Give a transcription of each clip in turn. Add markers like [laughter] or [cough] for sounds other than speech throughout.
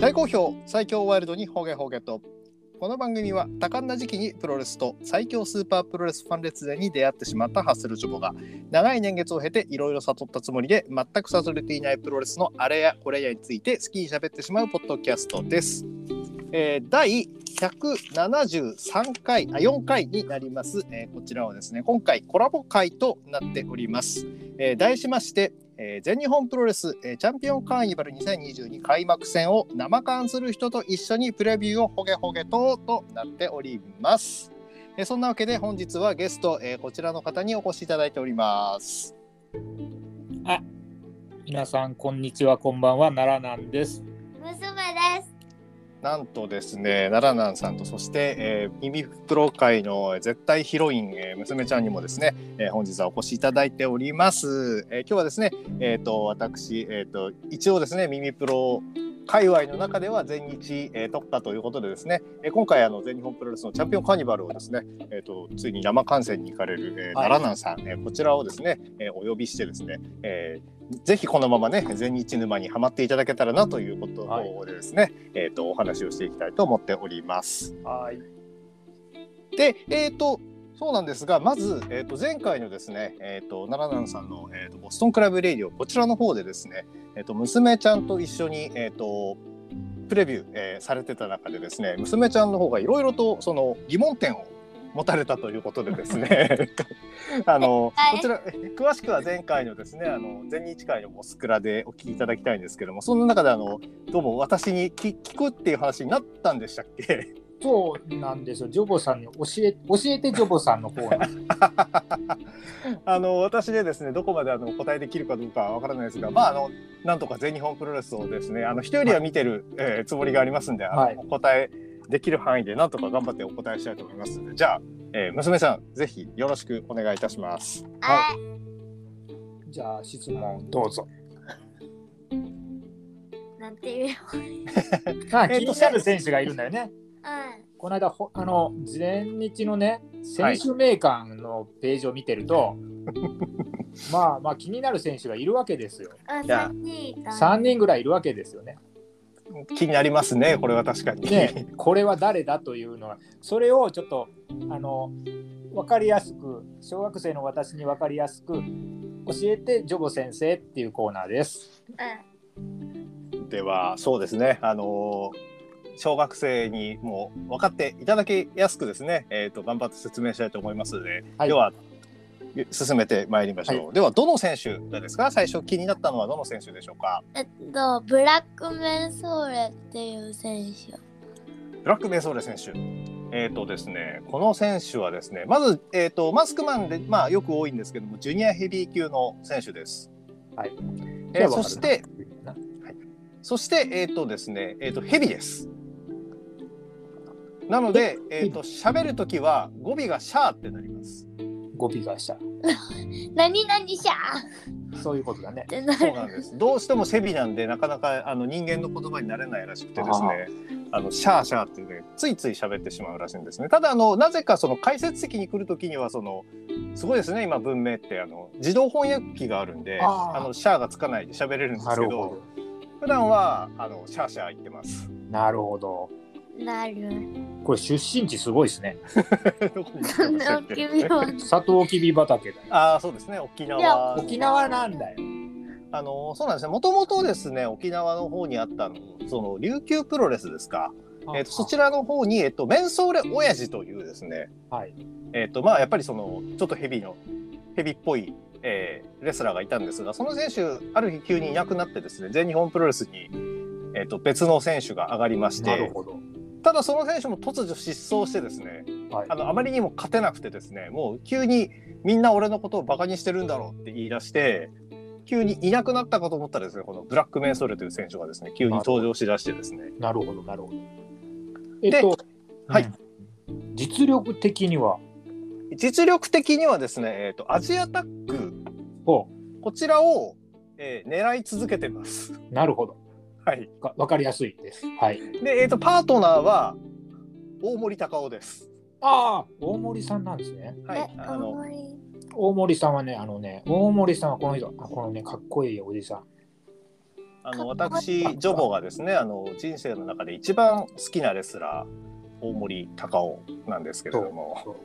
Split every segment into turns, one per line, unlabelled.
大好評最強ワイルドにホゲホゲとこの番組は多感な時期にプロレスと最強スーパープロレスファン列伝に出会ってしまったハッスルジョボが長い年月を経ていろいろ悟ったつもりで全く悟れていないプロレスのあれやこれやについて好きに喋ってしまうポッドキャストです。えー第173回あ4回になります、えーこちらはですね今回コラボ会となっております。えー題しましてえー全日本プロレス、えーチャンピオンカーニバル2022開幕戦を生観する人と一緒にプレビューをほげほげととなっております。えーそんなわけで本日はゲスト、えーこちらの方にお越しいただいております。
皆さん、こんにちは、こんばんは、奈良なんです。
娘です。
なんとですね、奈良南さんと、そして、えー、耳プロ界の絶対ヒロイン、えー娘ちゃんにもですね、えー本日はお越しいただいております。えー今日はですね、えっ、と、私、えっ、と、一応ですね、耳プロ界隈の中では全日、えー特化ということでですね、えー今回、あの、全日本プロレスのチャンピオンカーニバルをですね、えっ、と、ついに生観戦に行かれる、えー
はい
奈良南さん、えーこちらをですね、えーお呼びしてですね、えーぜひこのままね、全日沼にはまっていただけたらなということでですね、えー、とお話をしていきたいと思っております。
はい。
で、えー、とそうなんですがまず、えー、と前回のですね、えー、と奈良南さんの、えー、とボストンクラブレディオこちらの方でですね、えー、と娘ちゃんと一緒に、えー、とプレビュー、えーされてた中でですね娘ちゃんの方がいろいろとその疑問点を持たれたということでです
[laughs]
ねあの
はい
こちら詳しくは前回のですねあの全日会のボスクラでお聞きいただきたいんですけどもその中であのどうも私に聞聞くっていう話になったんでしたっけ
そうなんですよ、ジョボさんに教え教えて、ジョボさんの方に。
[laughs] あの私でですねどこまであの答えできるかどうかはわからないですが、まああのなんとか全日本プロレスをですねあの一人は見てる、えーつもりがありますんで、あの
はい
お答えできる範囲でなんとか頑張ってお答えしたいと思いますので、じゃあ、えー娘さんぜひよろしくお願いいたします。
は
はい
じゃあ、質問どうぞ。
い。なんていうの。
あ
えっと
気になる選手がいるんだよね。
うん。
この間、ほあの前日のね、選手名鑑のページを見てると、まあまあ、気になる選手がいるわけですよ。
あ、
じゃあ
三人いた。
3人ぐらいいるわけですよね。
気になりますねこれは確かに。
ね、
[laughs]
これは誰だというのはそれをちょっとあの分かりやすく小学生の私に分かりやすく教えてジョボ先生っていうコーナーです。
う
ではそうですねあの小学生にもう分かっていただきやすくですね、えー、と頑張って説明したいと思いますので、
はい
では進めてまいりましょう、ではどの選手ですか最初気になったのはどの選手でしょうか
ん。えっと、ブラックメンソーレっていう選手。
ブラック・メイソーレ選手えっ、とですねこの選手はですねまず、えー、とマスクマンで、まあ、よく多いんですけどもジュニアヘビー級の選手です、
はい
えーそしてそして、えっ、とですね、えっ、と、ヘビです。なので、えっ、と、喋るときは語尾がシャーってなります。
語尾がした
何々しゃーっ
そういうことだね。
てな
そう
る。
なんです。どうしてもヘビなんで、なかなかあの人間の言葉になれないらしくてですね。あのシャーシャーってね、ついつい喋ってしまうらしいんですね。ただ、あの、なぜかその解説席に来るときには、その。すごいですね。今文明って、あの、自動翻訳機があるんで、
あ
あ
ー
のシャーがつかないで喋れるんです
な
けど。
るほ
普段は、あの、シャーシャー言ってます。 [laughs]
ど。なるほど。
なる。
これ出身地すごいですね。
どこに行
そ
って
ん
ま
[laughs]
した
な
っけ
君は。
サトウキビ畑だよ。
ああそうですね沖
いや
縄
沖縄なんだよ。
あのそうなんですねもともとですね沖縄の方にあったのその琉球プロレスですか、えっとそちらの方に、えっとメンソーレ親父というですね、
はい。
えっとまあ、やっぱりそのちょっとヘビのヘビっぽい、えーレスラーがいたんですがその選手ある日急にいなくなってですね全日本プロレスに、えっと別の選手が上がりまし
なる
て
ほど。
ただその選手も突如失踪してですね
はい
あ。のあまりにも勝てなくてですねもう急にみんな俺のことをバカにしてるんだろうって言い出して急にいなくなったかと思ったらですねこのブラックメンソーレという選手がですね急に登場しだしてですね
なるほど、なるほど。え
で
っと、
はい
うん実力的には、
実力的にはですね、えー、とアジアタック
お
こちらを、えー狙い続けてます。 [laughs]
なるほど。
はい、
わわかりやすいです。はい。
で、えー、とパートナーは大森隆夫です。
ああ、大森さんなんですね。
は
え
い、、あ
あん
の
まり。
大森さんはね、あのね、大森さんはこの人、あこのね、かっこいいおじさん。
あの私ジョボがですねあの人生の中で一番好きなレスラー大森隆夫なんですけれども
そ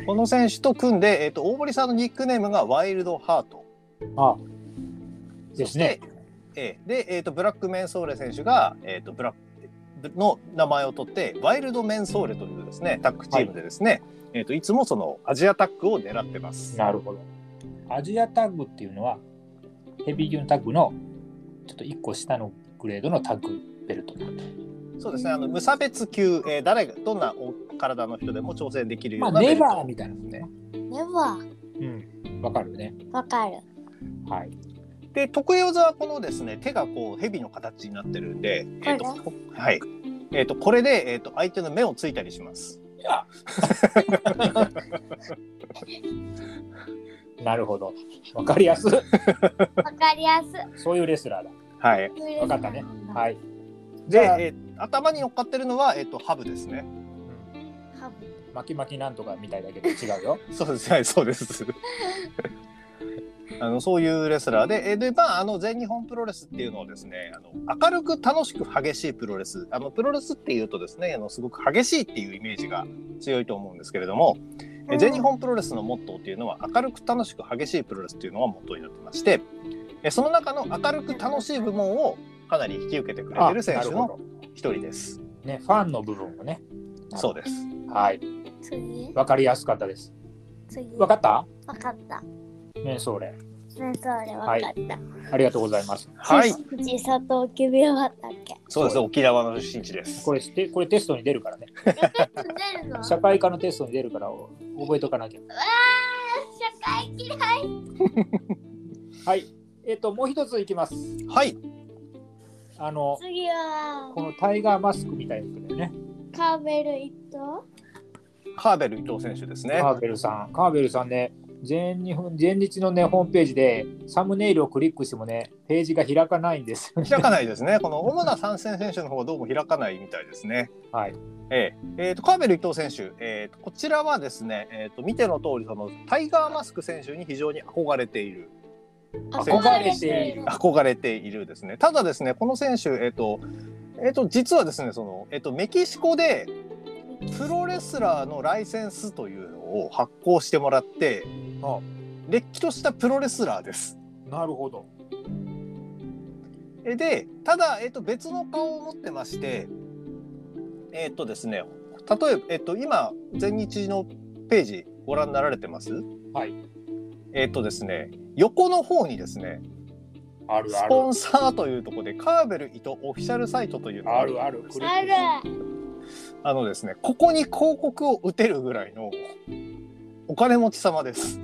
う
この選手と組んで、えっと大森さんのニックネームがワイルドハート
あですね。
ええで、えっとブラック・メンソーレ選手が、えっとブラックの名前を取ってワイルド・メンソーレというですねタッグチームでですね、いえっといつもそのアジアタッグを狙ってます。
なるほど。アジアタッグっていうのは、ヘビー級のタッグのちょっと1個下のグレードのタッグベルトなんで。
そうですねあの無差別級、えー誰がどんなお体の人でも挑戦できるよ
ま
う
あ、
な
ネ
ベルト、
バーみたいなもんね。
では
うん。わかるよね。
わかる。
はい。
で得意技はこのですね手がこう蛇の形になってるんで、えーと
これ
こはいえー、とこれで、えー、と相手の目をついたりします。
なるほど。わかりやすい。
わかりやすい。。
そういうレスラーだ。
はい、
わかったね。はいい。じ
で
ゃあ、、
えー頭に乗っかってるのは、えー、とハブですね。
うん
ハブ
巻き巻きなんとかみたいだけど違うよ。
そうですねそう [laughs] です。あのそういうレスラーでえーで、まあ、あの全日本プロレスっていうのはですねあの明るく楽しく激しいプロレスあのプロレスっていうとですねあのすごく激しいっていうイメージが強いと思うんですけれども、えー全日本プロレスのモットーっていうのは明るく楽しく激しいプロレスっていうのがモットーになってましてえーその中の明るく楽しい部門をかなり引き受けてくれてる選手
な
の
ほど
一人です。
ね、ファンの部分をね。
そうです
はい。
次
わかりやすかったです。
次
わかった
わかった。
メンソーレ。
ねそれわかった。
ありがとうございます。
はい
藤藤佐藤キビオだっけ。
そうです沖縄の出身地です
これして、これテストに出るからね。
出るの。
社
社
会科のテストに出るから覚えとかなきゃ。
会嫌い。
はい。えっ、と、もう一ついきます。
はい
あの、
次は
このタイガーマスクみたいな人だよね。
カーベル一頭。
カーベル伊藤選手ですね。
カーベルさん。カーベルさんね、全日本前日のね、ホームページでサムネイルをクリックしてもね、ページが開かないんですよね。
開かないですね。この主な参戦選手の方はどうも開かないみたいですね。
はい。
えええーとカーベル伊藤選手、えーとこちらはですね、えーと見ての通りそのタイガーマスク選手に非常に憧れている
憧れている
憧れているですね。ただですねこの選手えっ、とえっ、と実はですねそのえっ、とメキシコでプロレスラーのライセンスというのを発行してもらって、
あ
れっきとしたプロレスラーです。
なるほど。
えでただ、えっと別の顔を持ってましてえっとですね例えば、えっと今全日のページご覧になられてます
はい。
えっとですね横の方にですね
ある
ス
あ
ポ
る。
ンサーというところでカーベル伊藤オフィシャルサイトというのが
あるある。クリッ
あ
ク
る。
あのですねここに広告を打てるぐらいのお金持ち様です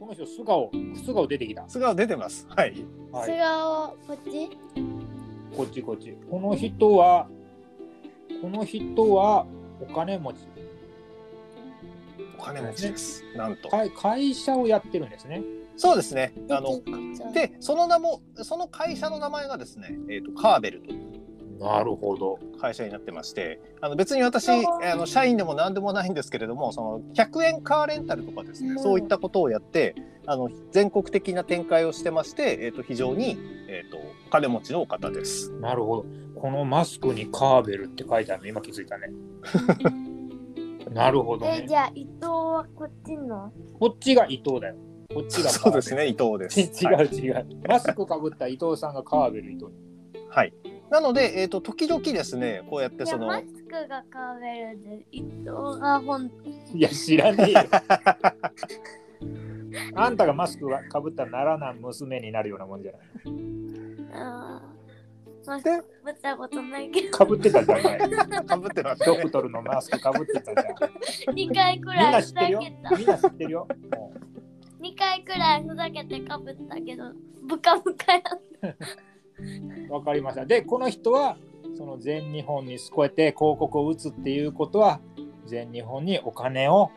この人、素顔、素顔出てきた。
素顔出てますはい
は
素
い。
顔こっち。
こっちこっち。この人は、この人はお金持ち。
お金持ちですなんと
会会社をやってるんですね。
そうですねあ
出
の
てきた
でその名もその会社の名前がですね、えー、とカーベルという
なるほど。
会社になってましてあの別に私
あー
あの社員でも何でもないんですけれどもその100円カーレンタルとかですね、
うん
そういったことをやってあの全国的な展開をしてまして、えー、と非常に、えー、とお金持ちのお方です。
なるほど。このマスクにカーベルって書いてあるの今気づいた [laughs] ね。なるほど
え
ね
じ。ゃあ伊藤はこっちの。
こっちが伊藤だよ。こっちがカ
そ
ー
う
ベ
で
ル
すね伊藤です。
違う違う。マスクかぶった伊藤さんがカーベル伊藤。
はい、なので、えー、と時々ですねこうやって
いや
その
マスクがカーベルで伊藤が本
いや、知ら [laughs] ねえよ。あんたがマスクがかぶったならなん娘になるようなもんじゃない。
あーマスクぶったことないけど、
かぶってたじゃない。
かぶってます
ド
ね
ク。トルのマスクかぶってたじゃん。
2回く
みん
らい
な
ふ
知っ
ざ
てるよ
けた。。
みんな知ってるよ。も
2回くらいふざけてかぶったけど、ブカブカやっ
うわかりました。で、この人は、その全日本にこうやって広告を打つっていうことは、全日本にお金を、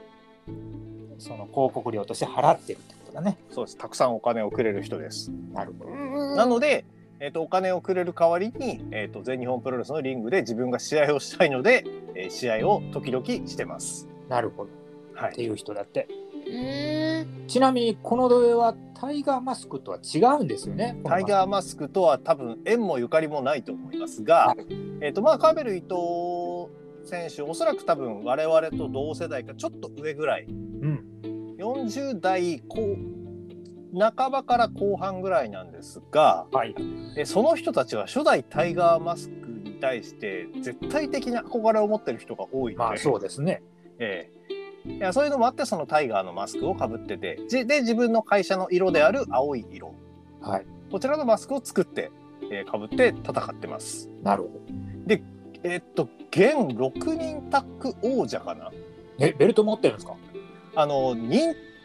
その広告料として払ってるってことだね。
そうですたくさんお金をくれる人です。
なるほ
た。
ど。
な
な
ので、えー、とお金をくれる代わりに、えー、と全日本プロレスのリングで自分が試合をしたいので、えー試合を時々してます。
なるほど。
は
って
い、
いう人だって。
うーね。
ちなみにこの土井はタイガーマスクとは違うんですよね。
タイガーマスクとは多分縁もゆかりもないと思いますが、
はい
えっ、とまあカーベル伊藤選手おそらく多分我々と同世代かちょっと上ぐらい
うん。
40代後半ばから後半ぐらいなんですが
はい。
えその人たちは初代タイガーマスクに対して絶対的な憧れを持ってる人が多いので、
まあそうですね。
ええいやそういうのもあってそのタイガーのマスクをかぶっててじで自分の会社の色である青い色
はい。
こちらのマスクを作って、えー、かぶって戦ってます。
なるほど。
えーっと現6人タッグ王者かな
え、ベルト持ってるんですか
あのに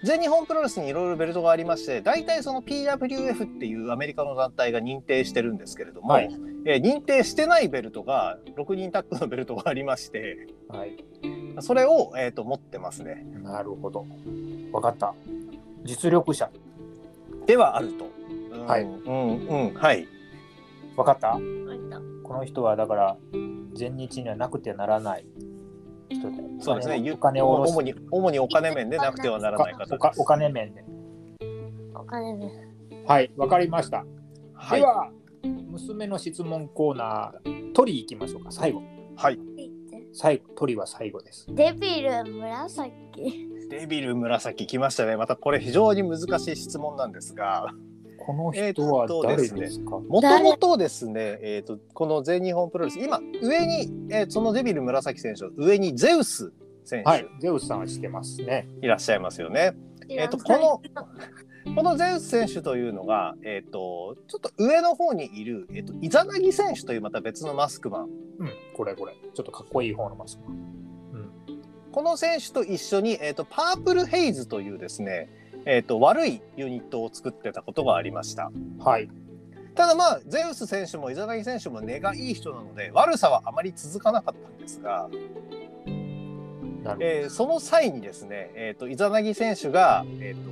全日本プロレスにいろいろベルトがありまして大体その PWF っていうアメリカの団体が認定してるんですけれども、
はい
えー認定してないベルトが6人タッグのベルトがありまして
はい。
それを、えー、と持ってますね
なるほど。わかった。実力者。
ではあると。うん
はい
うんうんはい
わかった
割と
この人はだから全日にはなくてはならない人で
そうですね
お金を
主
お金を下ろす
に主にお金面でなくてはならない方
お
で
か
す
お。金面で
お金ね。
はいわかりました、
はい
では娘の質問コーナートリ行きましょうか最後
はい
最後トリは最後です
デビル紫。
デビル紫来ましたね。またこれ非常に難しい質問なんですが、
この人は誰ですか、
えもともとですね、えー、とこの全日本プロレス、今上に、えーそのデビル紫選手の上にゼウス選
はい
手
ゼウスさんは知ってますね
いらっしゃいますよね。えーとこの [laughs] このゼウス選手というのが、えー、とちょっと上の方にいる、えー、とイザナギ選手というまた別のマスクマン。
うんこれこれちょっとかっこいい方のマスク
この選手と一緒に、えー、とパープルヘイズというですね、えー、と悪いユニットを作ってたことがありました。
はい
ただまあゼウス選手もイザナギ選手も根がいい人なので悪さはあまり続かなかったんですが、
なるほど、
えーその際にですね、えー、とイザナギ選手が、えー、と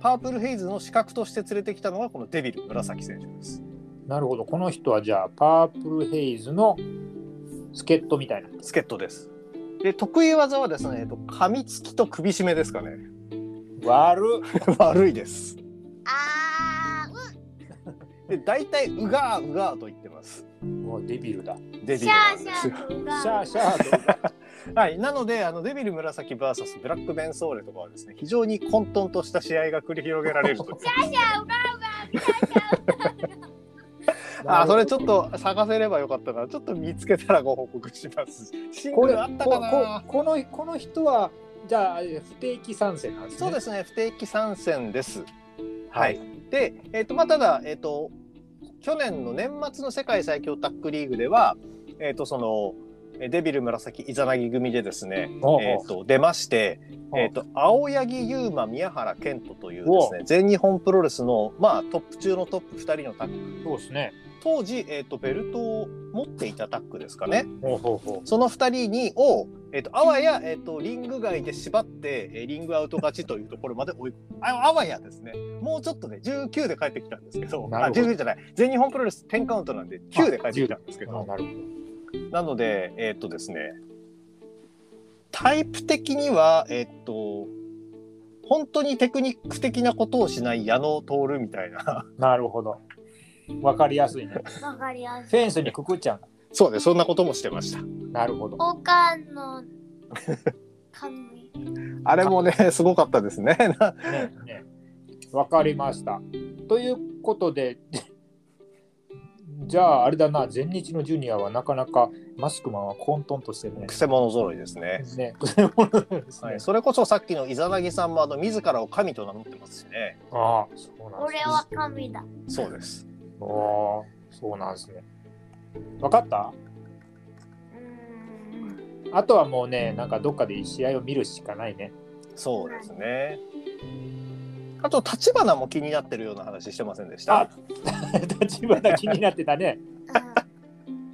パープルヘイズの資格として連れてきたのがこのデビル紫選手です。
なるほどこの人はじゃあパープルヘイズの助っ人みたいな
助っ人です。で得意技はですね、えー、と噛みつきと首絞めですかね
悪っ
[laughs] 悪いです。
あー、う
で大体うがーうがーと言ってます。
もうデビルだ。
デ
ん
ビル
シャ
な
ー
ん
シ
で
ャ
す。
ーとが。
シャーシャーと。
はい、なのであのデビル紫 VS ブラックベンソーレとかはですね非常に混沌とした試合が繰り広げられるという
[laughs] シャーシャー、うがうが、シャーシャー。
あそれちょっと探せればよかったなちょっと見つけたらご報告しますシン
こ
グ
れ
ルあったかな
こここのこの人はじゃあ不定期参戦なんですね。
そうですね不定期参戦ですは
はい
いでえっ、とまあただえっ、と去年の年末の世界最強タッグリーグではえっ、とそのえデビル紫イザナギ組でですね、
おうおう。
えっと出まして、
おう
えっと青柳優馬宮原健人というですね全日本プロレスの、まあ、トップ中のトップ2人のタッグ
そうですね。
当時、えっとベルトを持っていたタッグですかね、
ほうほうほ
その2人にを、えっとあわや、えっとリング外で縛って、えーリングアウト勝ちというところまで追いああわやですねもうちょっとね19で帰ってきたんですけど
な
あ
るほど
19じゃない全日本プロレス10カウントなんで9で帰ってきたんですけ
う。あ
ど
なるほ
なのでえっ、とですねタイプ的にはえっ、と本当にテクニック的なことをしない矢野徹みたいな
ど。なるほど。わかりやすいね。
わかりやす
フ
い。
ェンスにくくっちゃう。
そうねそんなこともしてました
なるほど。
おかんの神。
あれもねすごかったです [laughs] ね
ねね。わかりました。ということで。じゃああれだな全日のジュニアはなかなかマスクマンは混沌としてるね。
くせ者揃いですね
ね、 [laughs] です
は
ね
い、。それこそさっきのイザナギさんもあの自らを神と名乗ってますしね。
ああ、そうなんです
俺は神だ。
そうです。
おーそうなんですね。分かった
うーん。
あとはもうね、なんかどっかで試合を見るしかないね。 [laughs]
そうですね。あと立花も気になってるような話してませんでし
あ
た。
立花気になってた [laughs] ね。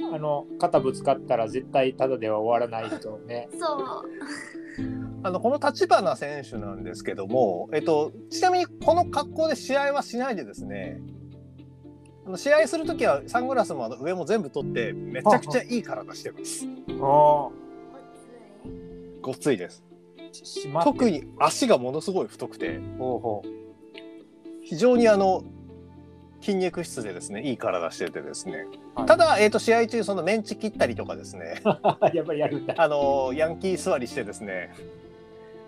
う
あの、肩ぶつかったら絶対ただでは終わらない人ね。
んそう。
あのこの立花選手なんですけども、えっとちなみにこの格好で試合はしないでですね。あの試合するときはサングラスもあの上も全部取ってめちゃくちゃいい体してます。
ああ、
ごっついです。
しまって
特に足がものすごい太くて
ほうほう
非常にあの筋肉質でですねいい体しててですね、
はい
ただ、えー、と試合中そのメンチ切ったりとかですね
やっぱりやるんだ
あのヤンキー座りしてですね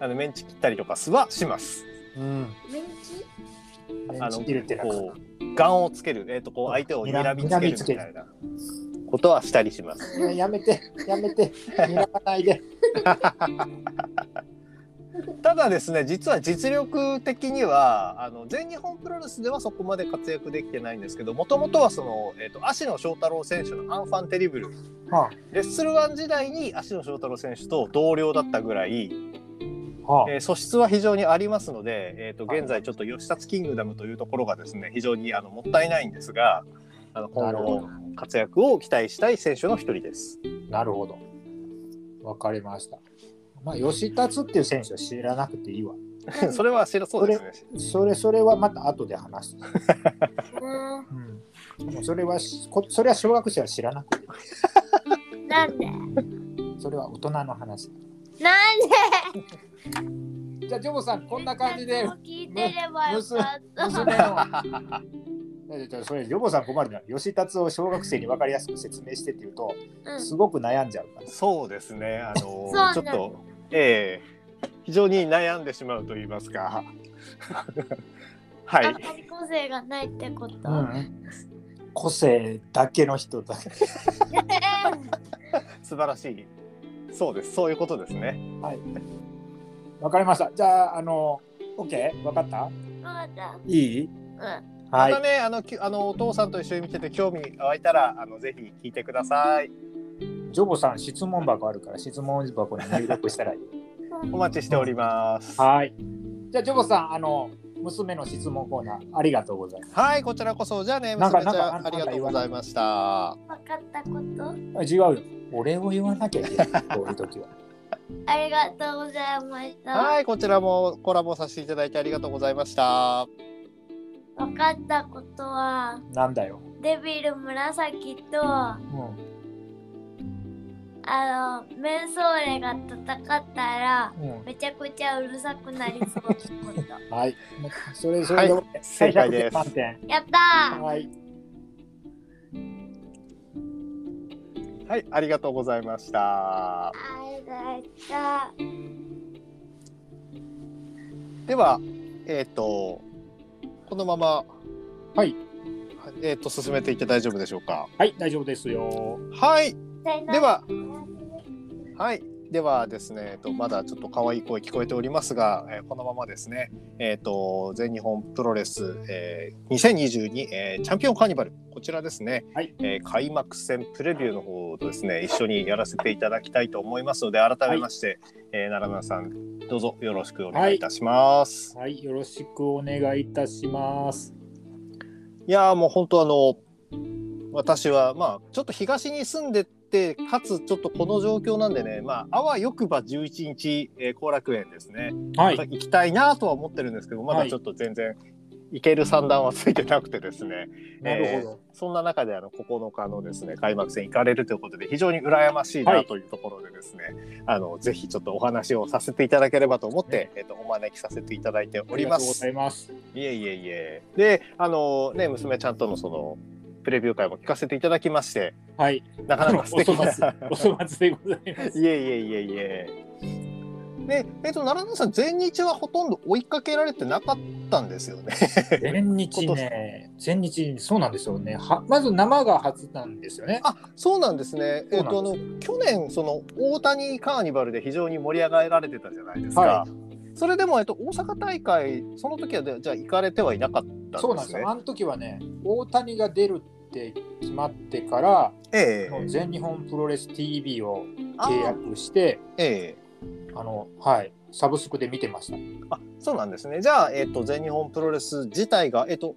あのメンチ切ったりとかすはします。
うん
メンチ
メ
あの
ンチ切るってなんか
こうガンをつける、えー、とこう相手を睨みつけるみたいなことはしたりします。
ねやめてやめて見習わないで
ただですね実は実力的にはあの全日本プロレスではそこまで活躍できてないんですけどもともとはその、えー、と芦野翔太郎選手のアンファンテリブル
は
レッスルワン時代に芦野翔太郎選手と同僚だったぐらい、
あはあ
えー素質は非常にありますので、えー、と現在ちょっと吉立キングダムというところがですね非常にあのもったいないんですがあの今
なるほ
後の活躍を期待したい選手の一人です。
なるほど。わかりました。まあ、吉達っていう選手は知らなくていいわ。 [laughs]
それは知らそうですね。
それ、それはまた後で話す。
う
もうそれはし、こそれは小学生は知らなくてい
ーんなんで
い。それは大人の話。
なんで
じゃあ、ジョボさん、こんな感じで
もう、聞いてればよかった。
娘の。じゃあそれジョボさん困るな吉達を小学生に分かりやすく説明してっていうと
うん
すごく悩んじゃうから
そうですね。あの
うなん
ちょ
だ
っと、ええ非常に悩んでしまうと言いますか。 [laughs] は
あ
い
ん。まり個性がないってこと。
個性だけの人だ
素晴らしい。そうです。そういうことですね。
わかりましたじゃああの OK わかった
わかった。
いい
うん。
ま
はい
たね、あの、きあの、お父さんと一緒に見てて、興味湧いたら、あの、ぜひ聞いてください。
ジョボさん質問箱あるから質問箱に入力したらい [laughs] い。
お待ちしております。
はい。じゃあジョボさんあの娘の質問コーナーありがとうございま
はい、こちらこそ、じゃあね、
なんか
娘ちゃ
なん
ん、
か
ありがとうございました。
わかったこと。
す。あ違うよ。俺を言わなきゃいけない。こういう時は。 [laughs]
ありがとうございました。
はい、こちらもコラボさせていただいてありがとうございました。
わかったことは、
なんだよ。
デビル紫と、あ
う
の、メンソーレが戦ったら、
ん。うん。
めちゃくちゃうるさくなりそうってこと。
はい。それそれで、
は
最
正解
弱
です
満点。
やったー
はい。
はい、ありがとうございました。
ありがとう。
では、えっ、と、このまま、
はい。
えっ、と、進めていって大丈夫でしょうか。
はい大丈夫ですよ。
はい、
さよな
で
ら
は、はい、ではですね、えっと、まだちょっと可愛い声聞こえておりますが、えーこのままですね。えっ、と、全日本プロレス、えー、2022、えーチャンピオンカーニバル、こちらですね。
はい
えー開幕戦プレビューの方とですね、一緒にやらせていただきたいと思いますので、改めまして、えー奈良村さん、どうぞよろしくお願いいたします。
はいよろしくお願いいたします。
いやーもう本当あの私はまあちょっと東に住んでてかつちょっとこの状況なんでねまああわよくば11日えー後、楽園ですね、
は
また
い。
行きたいなとは思ってるんですけどまだちょっと全然行ける算段はついてなくてですね、
なるほ
そんな中であの9日のですね開幕戦行かれるということで非常に羨ましい
は
ないというところでですね、あのぜひちょっとお話をさせていただければと思って、えー、とお招きさせていただいて
ど。
おりま
ありがとうご
す
ざ。います。
いえいえいえ。で、あのね、娘ちゃんとのその、プレビュー会も聞かせていただきまして、
はい。
なかな
[laughs]
か素敵
お粗
な。
末お粗末でござい [laughs] ます。
いえいえいえいえ。で、えっと、奈良田さん、前日はほとんど追いかけられてなかったんですよね。 [laughs]
前日ね、前日、そうなんですよね。はまず生が初なんですよね。
あ、そうなんですね。えっと、
そ
あ
うな
の
ん、
去年、その、大谷カーニバルで非常に盛り上がられてたじゃないですか。
は
それでも、えっと、大阪大会、その時はで、じゃあ行かれてはいなかったんですね。
そうなんですよ。あの時はね、大谷が出るって決まってから、
え
もう
え
全日本プロレス TV を
あ
契約して、
ええ
あの、はい、サブスクで見てました。
あそうなんですね。じゃあ、えっと、全日本プロレス自体が、えっと、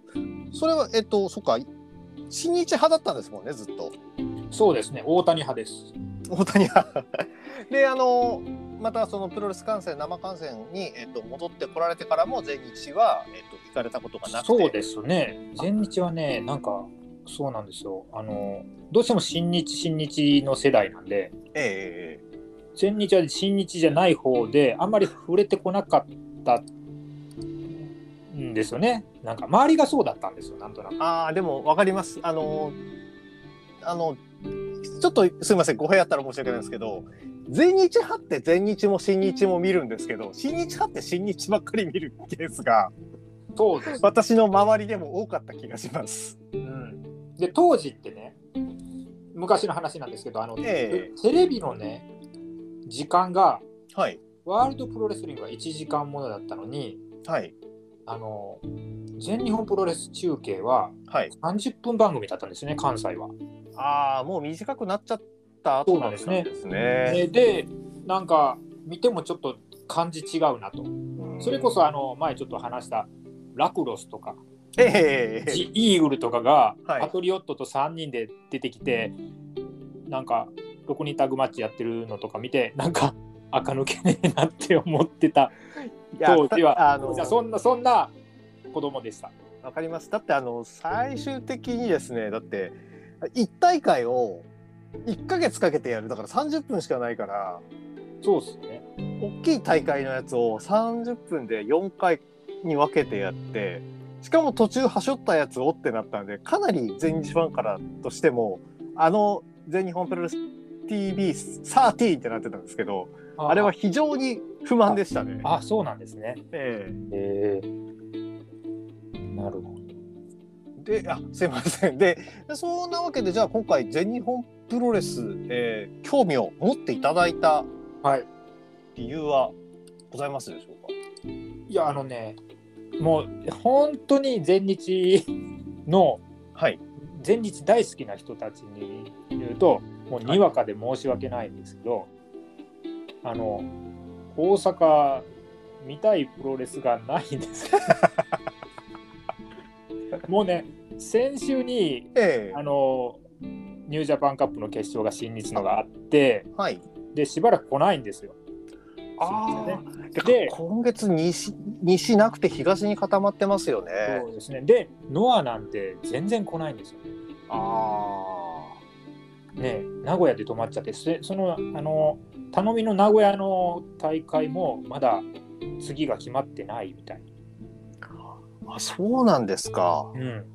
それは、えっと、そっか、新日派だったんですもんね、ずっと。
そうですね、大谷派です。
大谷派。 [laughs] で、あの、またそのプロレス観戦、生観戦に、えっと、戻ってこられてからも、全日は、えっと、行かれたことがなくて。
そうですね、前日はね、なんか、そうなんですよ。あの、どうしても新日、新日の世代なんで、
えええええ
全日は新日じゃない方であんまり触れてこなかったんですよねなんか周りがそうだったんですよなんとなく
ああでも分かりますあのあのちょっとすいません語弊あったら申し訳ないですけど全日派って全日も新日も見るんですけど新日派って新日ばっかり見るケースが
そうです、
私の周りでも多かった気がします。
うん、で当時ってね昔の話なんですけどあの、
え
テレビのね時間が
はい
ワールドプロレスリングは1時間ものだったのに
はい
あの全日本プロレス中継は
はい。
30分番組だったんですね関西は。
ああもう短くなっちゃった後なんですね。です
え
ね
ーでなんか見てもちょっと感じ違うなとそれこそあの前ちょっと話したラクロスとか
ええ
ジ・イーグルとかが
はい
パトリオットと3人で出てきてなんか6人タグマッチやってるのとか見てなんか垢抜けねえなって思ってた
いや
当時は
あの
じゃあそんなそんな子供でした。
わかります。だってあの最終的にですね、だって一大会を1ヶ月かけてやるだから30分しかないから、
そうっすね
大きい大会のやつを30分で4回に分けてやって、しかも途中はしょったやつをってなったんで、かなり全日ファンからとしてもあの全日本プロレス TV13 ってなってたんですけど、
あ
あれは非常に不満でしたね。
あそうなんですね。
ええ
へえなるほど。
であすいませんでそんなわけでじゃあ今回全日本プロレス、えー興味を持っていただいた
はい
理由はございますでしょうか
いやあのねもう本当に全日の
はい
全日大好きな人たちに言うともうにわかで申し訳ないんですけど、あの大阪見たいプロレスがないんです [laughs] もうね先週に
ええ
あのニュージャパンカップの決勝が新日のがあって
はい
でしばらく来ないんですよ。
あ
そう
ー
で
で今月西西なくて東に固まってますよね
そうですねでノアなんて全然来ないんですよね。
あ
ね、名古屋で泊まっちゃってそそのあの頼みの名古屋の大会もまだ次が決まってないみたい、
ーあそうなんです
[laughs]
か
うん、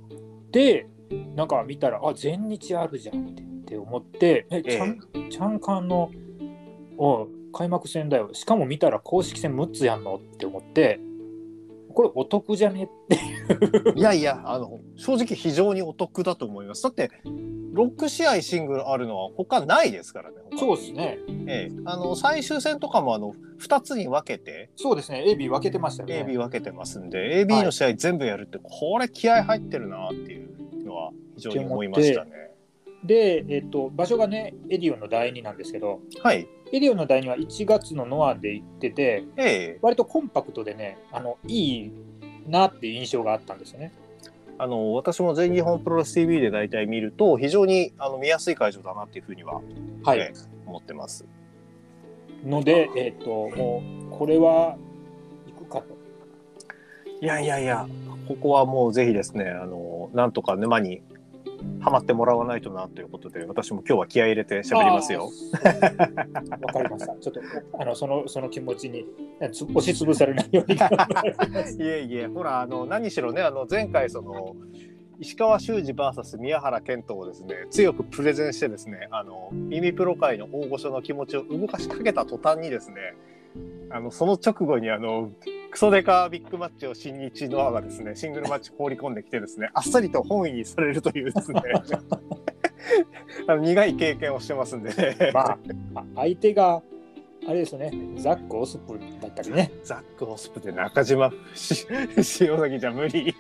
でなんか見たらあ全日あるじゃんってって思ってえちゃん、ちゃんかんのお開幕戦だよしかも見たら公式戦6つやんのって思ってこれお得じゃねって [laughs]
いやいやあの正直非常にお得だと思いますだって6試合シングルあるのは他ないですからね他
そうですね
ええ、あの最終戦とかもあの2つに分けて
そうですね AB 分けてましたよね
AB 分けてますんで、AB の試合全部やるってこれ気合入ってるなっていうのは非常に思いましたね。
で、えっと場所がねエディオンの第2なんですけど
はい、
エディオンの第2は1月のノアで行ってて
ええ、
割とコンパクトでねあのいいなっていう印象があったんですよね。
あの私も全日本プロレス TV で大体見ると非常にあの見やすい会場だなっていうふうには、
はい
ええ思ってます。
ので、えっともうこれは行くかと。
いやいやいやここはもうぜひですねあのなんとか沼にはまってもらわないとなということで私も今日は気合い入れて喋りますよ。
あー。わかりました。ちょっとあのそのその気持ちにつ押しつぶされないよ
[laughs]
うに。
いえいえ、ほら、あの、何しろね、あの、前回、その。石川修司 VS 宮原健斗をですね強くプレゼンしてですねあの耳プロ界の大御所の気持ちを動かしかけた途端にですねあのその直後にあのクソデカビッグマッチを新日ノアがですねシングルマッチ放り込んできてですねあっさりと本位にされるというですねあの苦い経験をしてますんで、ね、
まああ相手があれですよねザックオスプンだったりね。
ザック・オスプで中島し塩崎じゃ無理。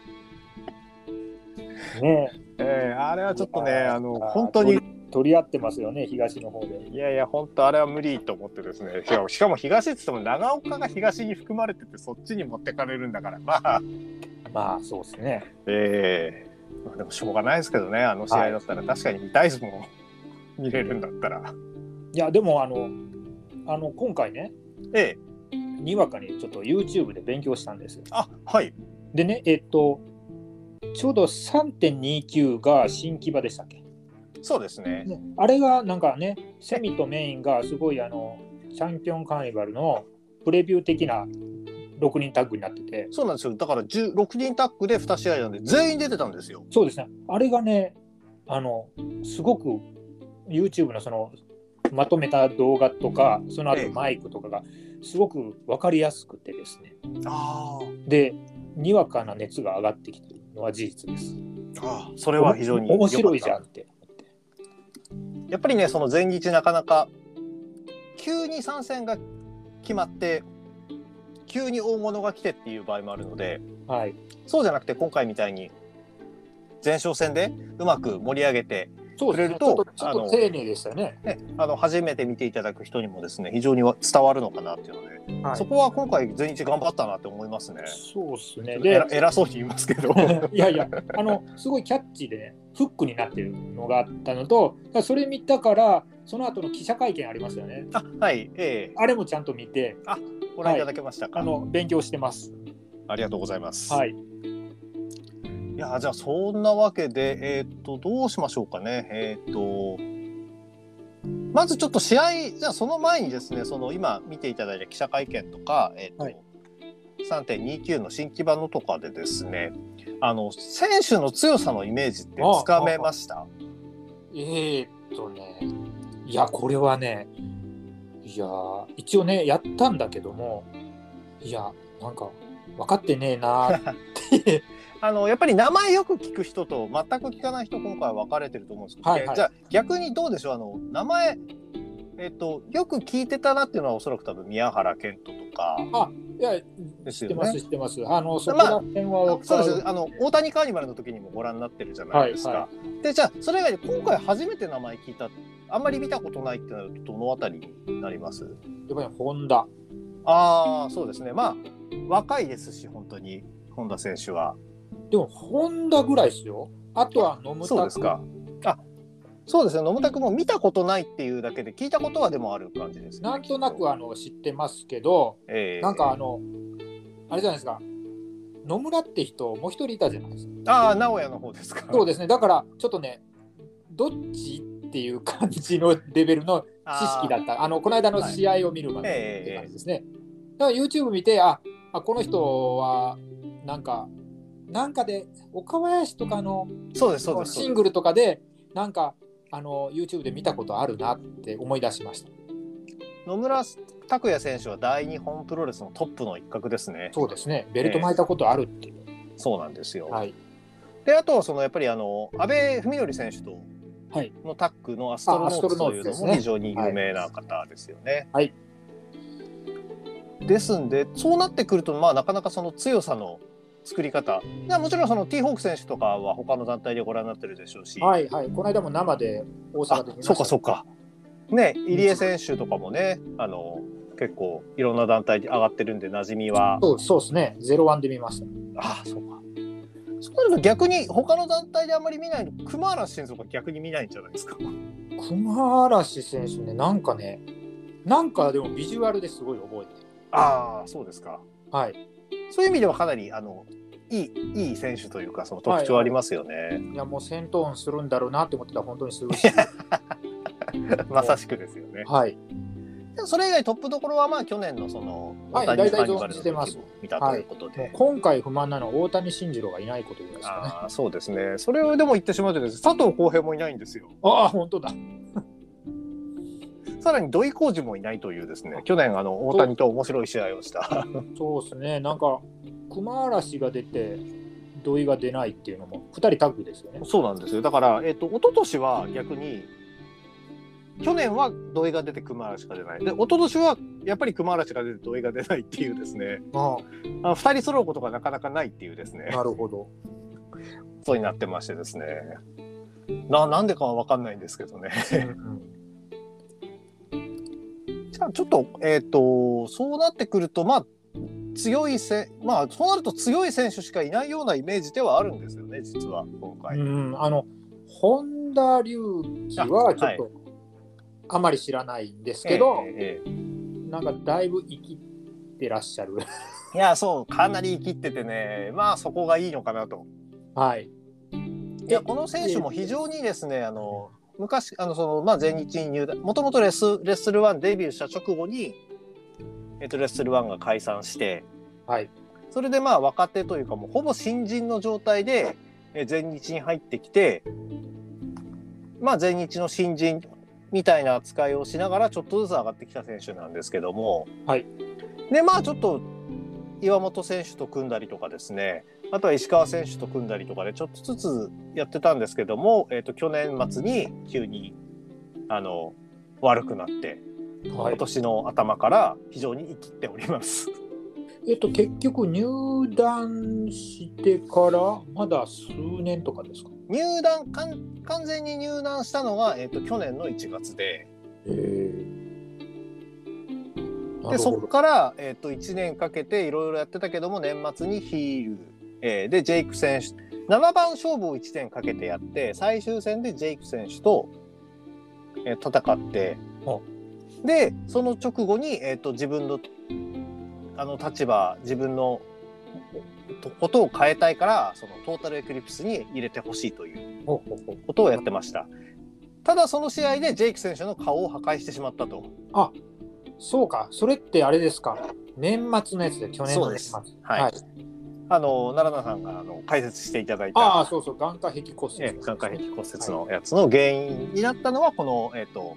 ね
えー、あれはちょっとね、
あー
あの、本当に、
取り合ってますよね東の方で。
いやいや、本当あれは無理と思ってですね、しかもしかも東って言っても長岡が東に含まれてて、そっちに持ってかれるんだから、まあ、
まあそうですね。
えーまあでもしょうがないですけどね、あの試合だったら、確かに見たいですもん、見れるんだったら。
いやでもあのあの今回ね
ええ、
にわかにちょっと YouTube で勉強したんですよ。
あはい、
でねえっとちょうど3.29が新木場でしたっけ、
そうですね。
ね、あれがなんかねセミとメインがすごいあのチャンピオンカーニバルのプレビュー的な6人タッグになってて、
そうなんですよだから16人タッグで2試合なんで全員出てたんですよ
そうですね、あれがね、あのすごく YouTube のそのまとめた動画とか、その
ええ
後マイクとかがすごく分かりやすくてですね、
あ
で、にわかな熱が上がってきてるのは事実です。
あそ
こ
れは非常に
面白いじゃ
ん
んって思って。
やっぱりねその前日なかなか急に参戦が決まって急に大物が来てっていう場合もあるので
はい、
そうじゃなくて今回みたいに前哨戦でうまく盛り上げて、
そうう
で
で
ねち
すすね、ち
ょ
ょ
っ
っ
と
と
ちょっと丁
丁寧でしたね。
ね、あの初めて見ていただく人にもですね非常には伝わるのかなっていうので、
はい、
そこは今回前日頑張ったなって思いますね。
そうですね。
え
で
ら、偉そうに言いますけど
[laughs] いやいや、あの、すごいキャッチーでね、フックになってるのがあったのと、だからそれ見たから、その後の記者会見ありましたよね。
[laughs] あはいええ
あれもちゃんと見て、
ご覧いただけましたか、
あの、勉強してます。
ありがとうございます。、
はいい。
やじゃあそんなわけでえーっとどうしましょうかねえーっとまずちょっと試合じゃあその前にですねその今見ていただいた記者会見とかえーっと、
はい
3.29の新規版のとかでですねあの選手の強さのイメージってつかめました
えー、っとね、いや、これはね、いやー、一応ね、やったんだけども、いや、なんか、分かってねえな
[laughs]
ーって。
あのやっぱり名前よく聞く人と全く聞かない人今回分かれてると思うんですけど、
はいはい
じゃあ逆にどうでしょうあの名前、えっと、よく聞いてたなっていうのはおそらく多分宮原健人とか
あ、いや、
です
知って
よ
ま
ね
す、。知ってます。あの、そこら辺は分
そ
か
う
る。
ですあの大谷カーニバルの時にもご覧になってるじゃないですか。
は
でじゃあそれ以外で今回初めて名前聞いたあんまり見たことないってなるとどのあたりになります
やっぱり、ホンダ。
ああそうですねまあ若いですし本当に本田選手は。
でも、ホンダぐらいですよ。あとは、飲む
そうですか。あそうですね野村君も見たことないっていうだけで聞いたことはでもある感じです、ね。
なんとなくあの知ってますけど、
ええ
なんかあの、あれじゃないですか、野村って人、もう一人いたじゃないですか。
ああ名古屋の方ですか。
そうですね、だからちょっとね、どっちっていう感じのレベルの知識だ
っ
った、あのこの間の試合を見るまでって感じですね。だから YouTube 見て、ああこの人はなんか、なんかで、岡林とかの
た。そうですそうです。
シングルとかで、なんか、あの YouTube で見たことあるなって思い出しました。
野村拓也選手は大日本プロレスのトップの一角ですね。
そうですね、ベルト巻いたことあるっていう。
そうなんですよ。
はい
であとはそのやっぱりあの安倍文則選手と
はい
のタッグのアストロノーツというのも非常に有名な方ですよね。
はい。
ですんでそうなってくるとまあなかなかその強さの作り方いやもちろんその T ホーク選手とかは他の団体でご覧になってるでしょうし、
はいはい、この間も生で大
あ
阪で見まし
そ
た。
うかそうか。ね入江選手とかもねあの結構いろんな団体に上がってるんで馴染みは
そうそうですね、ゼロワンで見ました。
あそうか。そうなると逆に他の団体であんまり見ないの熊原慎吾が逆に見ないんじゃないですか。
熊嵐選手ね、なんかね、なんかでもビジュアルですごい覚えてる。
ああそうですか。
はい。
そういう意味ではかなりあのいいいい選手というかその特徴ありますよね。
いや、もう戦闘音するんだろうなって思ってたら本当にする
[laughs]
し。
まさしくですよね。
はい。
でもそれ以外トップどころはまあ去年のその
はい
大谷
大体
カーニバルの時も
存じてま
見たということで。
今回不満なのは大谷慎二郎がいないことぐらいですかね。
ああそうですね。それをでも言ってしまうとですね佐藤浩平もいないんですよ。
ああ、本当だ。
さらに土井浩二もいないというですね去年あの大谷と面白い試合をした。
そうですね、なんか熊嵐が出て、土井が出ないっていうのも、2人タッグですよね。
そうなんですよ。だからえっ、と一昨年は逆に去年は土井が出て熊嵐が出ない。で一昨年はやっぱり熊嵐が出て土井が出ないっていうですね。
あ
あ2人揃うことがなかなかないっていうです
あ、
ね
なるほ
[laughs]
ど。
そうになってましてですねななんでかは分かんないんですけどね [laughs]
うんうん
じゃあちょっとえっ、とそうなってくるとまあ強いせまあそうなると強い選手しかいないようなイメージではあるんですよね実は今回、
うん、あの本田隆起はちょっとあまり知らないんですけど、
ええええ
なんかだいぶ生きてらっしゃる
いやそうかなり生きっててねまあそこがいいのかなと
はい
いやこの選手も非常にですねあの昔あのその、まあ、全日に入団もともとレスレッスルワンデビューした直後に、えっと、レッスルワンが解散して
はい。
それでまあ若手というかもうほぼ新人の状態でえー全日に入ってきてまあ全日の新人みたいな扱いをしながらちょっとずつ上がってきた選手なんですけども、
はい、
でまあちょっと岩本選手と組んだりとかですねあとは石川選手と組んだりとかでちょっとずつやってたんですけども、えー、と去年末に急にあの悪くなって今
はい、
年の頭から非常に生きております。
えっと、結局、入団してから、まだ数年とかですか
入団完完全に入団したのが、えっと去年の1月で
へえ。な
で
る
そ
ほ
こ
ど。
から、えっと1年かけていろいろやってたけども年末にヒール、えーでジェイク選手7番勝負を1年かけてやって最終戦でジェイク選手と、えー戦って
は
でその直後に、えっと自分のあの立場自分のとことを変えたいからそのトータルエクリプスに入れてほしいという
ほうほうほう
ことをやってました。ただその試合でジェイク選手の顔を破壊してしまったと。
そうか、それってあれですか。年末のやつで、去年の年末
そ。はいあの奈良田さんがあの解説していただい
あ
た、
あ、そうそう、眼下壁骨折、
ええ眼下壁骨折のやつの原因になったのはこの、えっ、と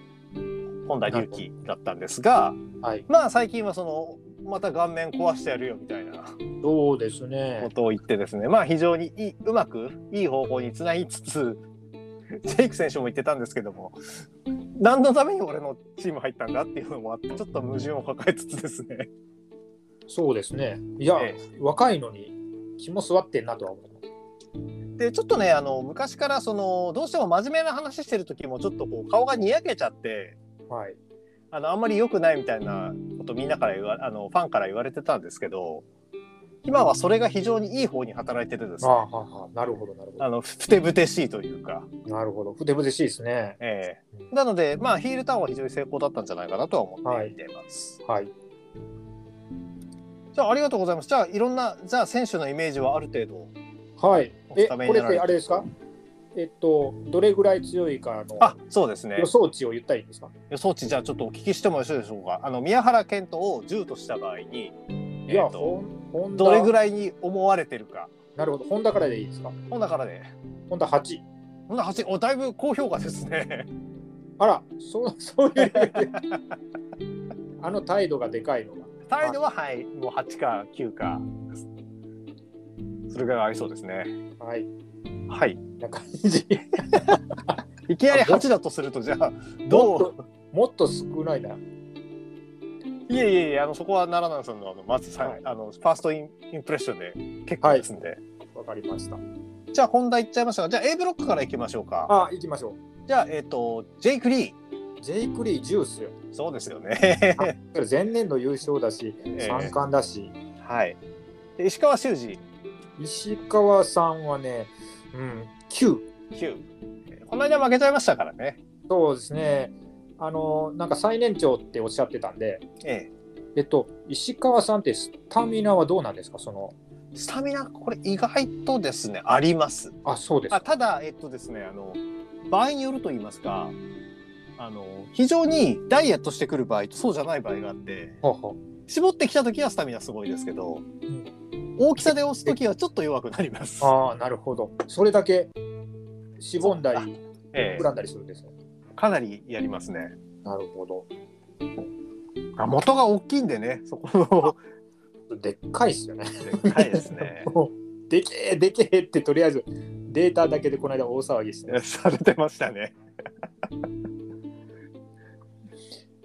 本田隆起だったんですが、
はい。
まあ最近はそのまた顔面壊してやるよみたいな
そうです
こ
ね。
とを言ってですね、まあ非常にいいうまくいい方向につなぎつつ、ジェイク選手も言ってたんですけども、何のために俺のチーム入ったんだっていうのもあって、ちょっと矛盾を抱えつつですね。
そうですね。いや、
え
若いのに気も座ってんなとは思います。
でちょっとねあの昔からそのどうしても真面目な話してる時もちょっとこう顔がにやけちゃって
はい。
あのあんまり良くないみたいなことみんなから言わあのファンから言われてたんですけど今はそれが非常にいい方に働いててです
あ
ね
あ、はあはあ、なるほど、なるほ
あのふてぶてしいというか、
ど。なるほど。ふてぶてしいですね。
ええなのでまあヒールターンは非常に成功だったんじゃないかなとは思っていてます、
はい。
じゃあありがとうございますじゃあいろんなじゃあ選手のイメージはある程度
はい。え、
お
こ
二目に
れ
な
っ
られ
て
て
あれですかえっと、どれぐらい強いかの
あそうですね
予想値を言ったらいいんですか
予想値じゃあちょっとお聞きしてもよろしいでしょうかあの宮原健人を10とした場合に
いや、
えーと
ほんホンダ
どれぐらいに思われてるか。
なるほど。ホンダからでいいですか
ほんだからね、
ホンダ8。
ほんだ8、おだいぶ高評価です [laughs] ね。
あら、そう、そういうレベル
[laughs]
であの態度がでかいのが。
態度ははい、もう8か9か。それぐらいありそうですね。
はい。
はい。
な感じ。
いきなり8だとすると、じゃあ、
もっ
[laughs] どう
と、もっと少ないな。
いえいえいえ、あのそこは奈良奈さんのあのまずさ、
はい
あのファーストインインプレッションで結構ですんで。
わかりました。
じゃあ、本題いっちゃいましたが、じゃあ A ブロックからいきましょうか。
あ、行きましょ
じゃあ、えっ、と、ジェイク・リー。
う。ジェイク・リー、ジュースよ。
そうですよね。
前年度優勝だし、
ええ
三冠だし、
はい。で石川修司。
石川さんはね、うん、9。
9。この間負けちゃいましたからね。
そうですね。あの、なんか最年長っておっしゃってたんで、
ええ。
えっと、石川さんってスタミナはどうなんですかその、
スタミナこれ意外とですねあります。
あ、そうです
あ
か。
ただえっとですねあの場合によると言いますかあの非常にダイエットしてくる場合とそうじゃない場合があって
ほうほ
絞ってきた時はスタミナすごいですけど大きさで押す時はちょっと弱くなります
う。。ああ、なるほど。それだけ、しぼんだり、
え
膨らんだりするんですね。
えかなりやりますね。
なるほど。
あ元が大きいんでねそ [laughs] こ
でっかいっすよね。。
のでかいですね
もうでけえ、でけえって、とりあえず、データだけでこの間大騒ぎしてまし
さ
た
れてましたね。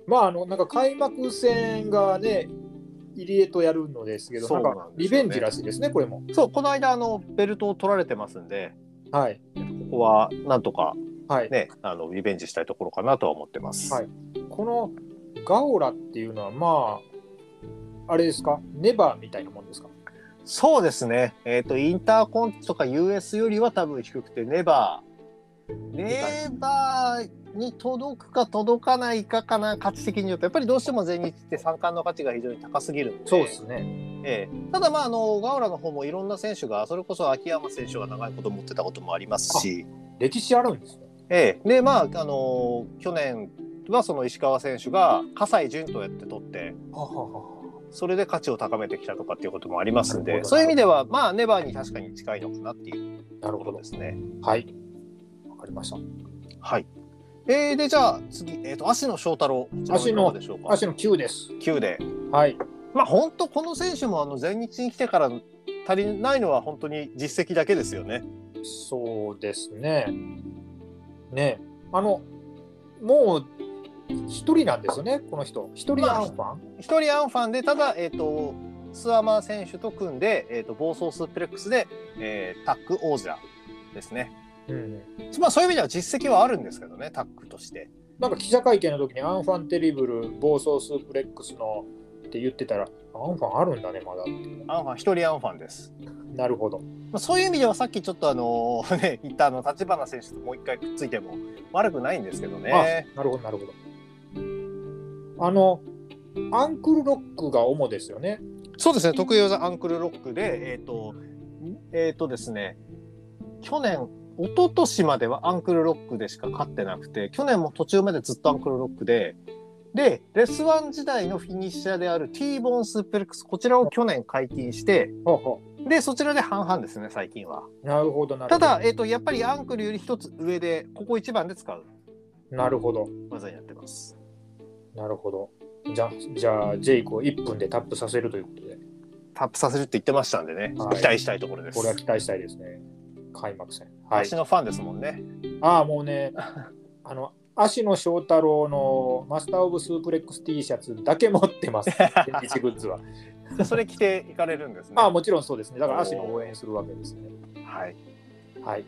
まああのなんか開幕戦がね入江とやるのですけど
そうな
なんん
ですよ
か
ね
リベンジらしいですねこれも
そうこの間あのベルトを取られてますんで
はい
ここはなんとか
はい、
ねあのリベンジしたいところかなとは思ってます。
はいこのガオラっていうのはまああれですかネバーみたいなもんですか
そうですね。えっ、と、インターコンとか US よりは多分低くて、ネバー。ネバーに届くか届かないかかな、価値的に言うと。やっぱりどうしても全日って三冠の価値が非常に高すぎるので。
ね
ええただ、まあ、あの、ガウラの方もいろんな選手が、それこそ秋山選手が長いこと持ってたこともありますし、
歴史あるんですね
ええ、でまあ、あの去年はその石川選手が葛西純とやって取って
ははは
それで価値を高めてきたとかっていうこともありますん
なる
で
ほど
そういう意味ではまあネバーに確かに近いのかなっていう
な
と
るほ
ころ
ど
ですね。
はいわかりました
はいえー、でじゃあ次、えー、と芦野翔太郎
芦野
こちらはいかがでしょうか
足の9です
9で
はい
まあ本当この選手もあの全日に来てから足りないのは本当に実績だけですよね。
そうですねねあのもう一人なんですよねこの人一人アンファン、
一人アンファンでただ、えー、とスアマー選手と組んで、えー、と暴走スープレックスで、えータック王者ですね。
うん
まあそういう意味では実績はあるんですけどねタックとして。
なんか記者会見の時にアンファンテリブル暴走スープレックスのって言ってたらアンファンあるんだねまだって
アンファン一人アンファンです。
なるほど
まあ、そういう意味ではさっきちょっとあの [laughs] ね言ったあの立花選手ともう一回くっついても悪くないんですけどね。
なるほどなるほどあのアンクルロックが主ですよね
そうですね得意技アンクルロックでえっ、とえっ、とですね去年一昨年まではアンクルロックでしか勝ってなくて去年も途中までずっとアンクルロックで。で、レスワン時代のフィニッシャーである T ボーンスープレックス、こちらを去年解禁して、
ほうほ
で、そちらで半々ですね、最近は。
うなるほどなる
た
ほど
だ、えー、とやっぱりアンクルより一つ上でここ一番で使う
なるほど
技になってます。
なるほどじゃじゃあジェイクを1分でタップさせるということで
タップさせるって言ってましたんでね、
はい
期待したいところです。
これは期待したいですね開幕戦はい
私のファンですもんね。
ああもうね [laughs] あの足野翔太郎のマスター・オブ・スープレックス T シャツだけ持って [laughs] ます現地グッズは
それ着ていかれるんですね。
[laughs] ああもちろんそうですねだから足野を応援するわけですね
はい。
はい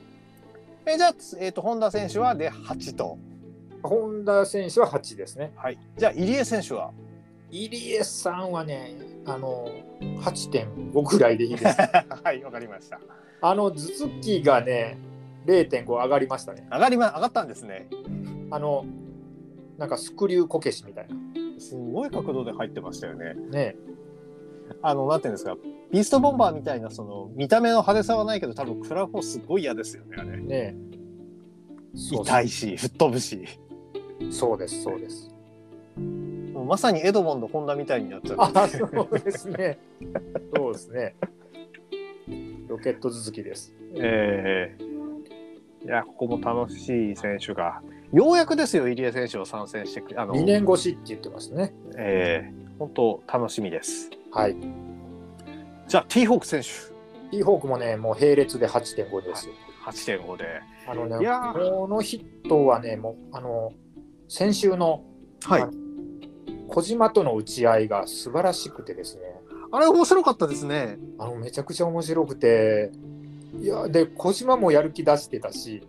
えじゃあ、えー、と本田選手はで8と、
本田選手は8ですね
はい。じゃあ入江選手は [laughs]
入江さんはねあの8.5ぐらいでい
[laughs]
いです
はいわかりました。
あの頭突きがね0.5上がりましたね
上がりま上がったんですね。
あのなんかスクリューこけしみたいな
すごい角度で入ってましたよね。
ね
あのなんていうんですか。ビーストボンバーみたいなその見た目の派手さはないけど多分クラフォーすごい嫌ですよねあれ
ねそう
痛いし吹っ飛ぶし
そうですそ
[laughs]
うです
もうまさにエドモンド本田みたいになっちゃう
あ、そうですね。そうですね。ロケット続きです。
[laughs] ええいや、ここも楽しい選手が、ようやくですよ、入江選手を参戦してくあの、
2年越しって言ってますね。
ええ本当、楽しみです。
はい。
じゃあ、ティーホーク選手、
イーホークもね、もう並列で8.5です。
8.5で、
あの
い
ね、
やー
このヒットはね、もう、あの、先週の
はい
小島との打ち合いが素晴らしくてですね、
あれ、面白かったですね。
あの、めちゃくちゃ面白くて、いや、で、小島もやる気出してたし、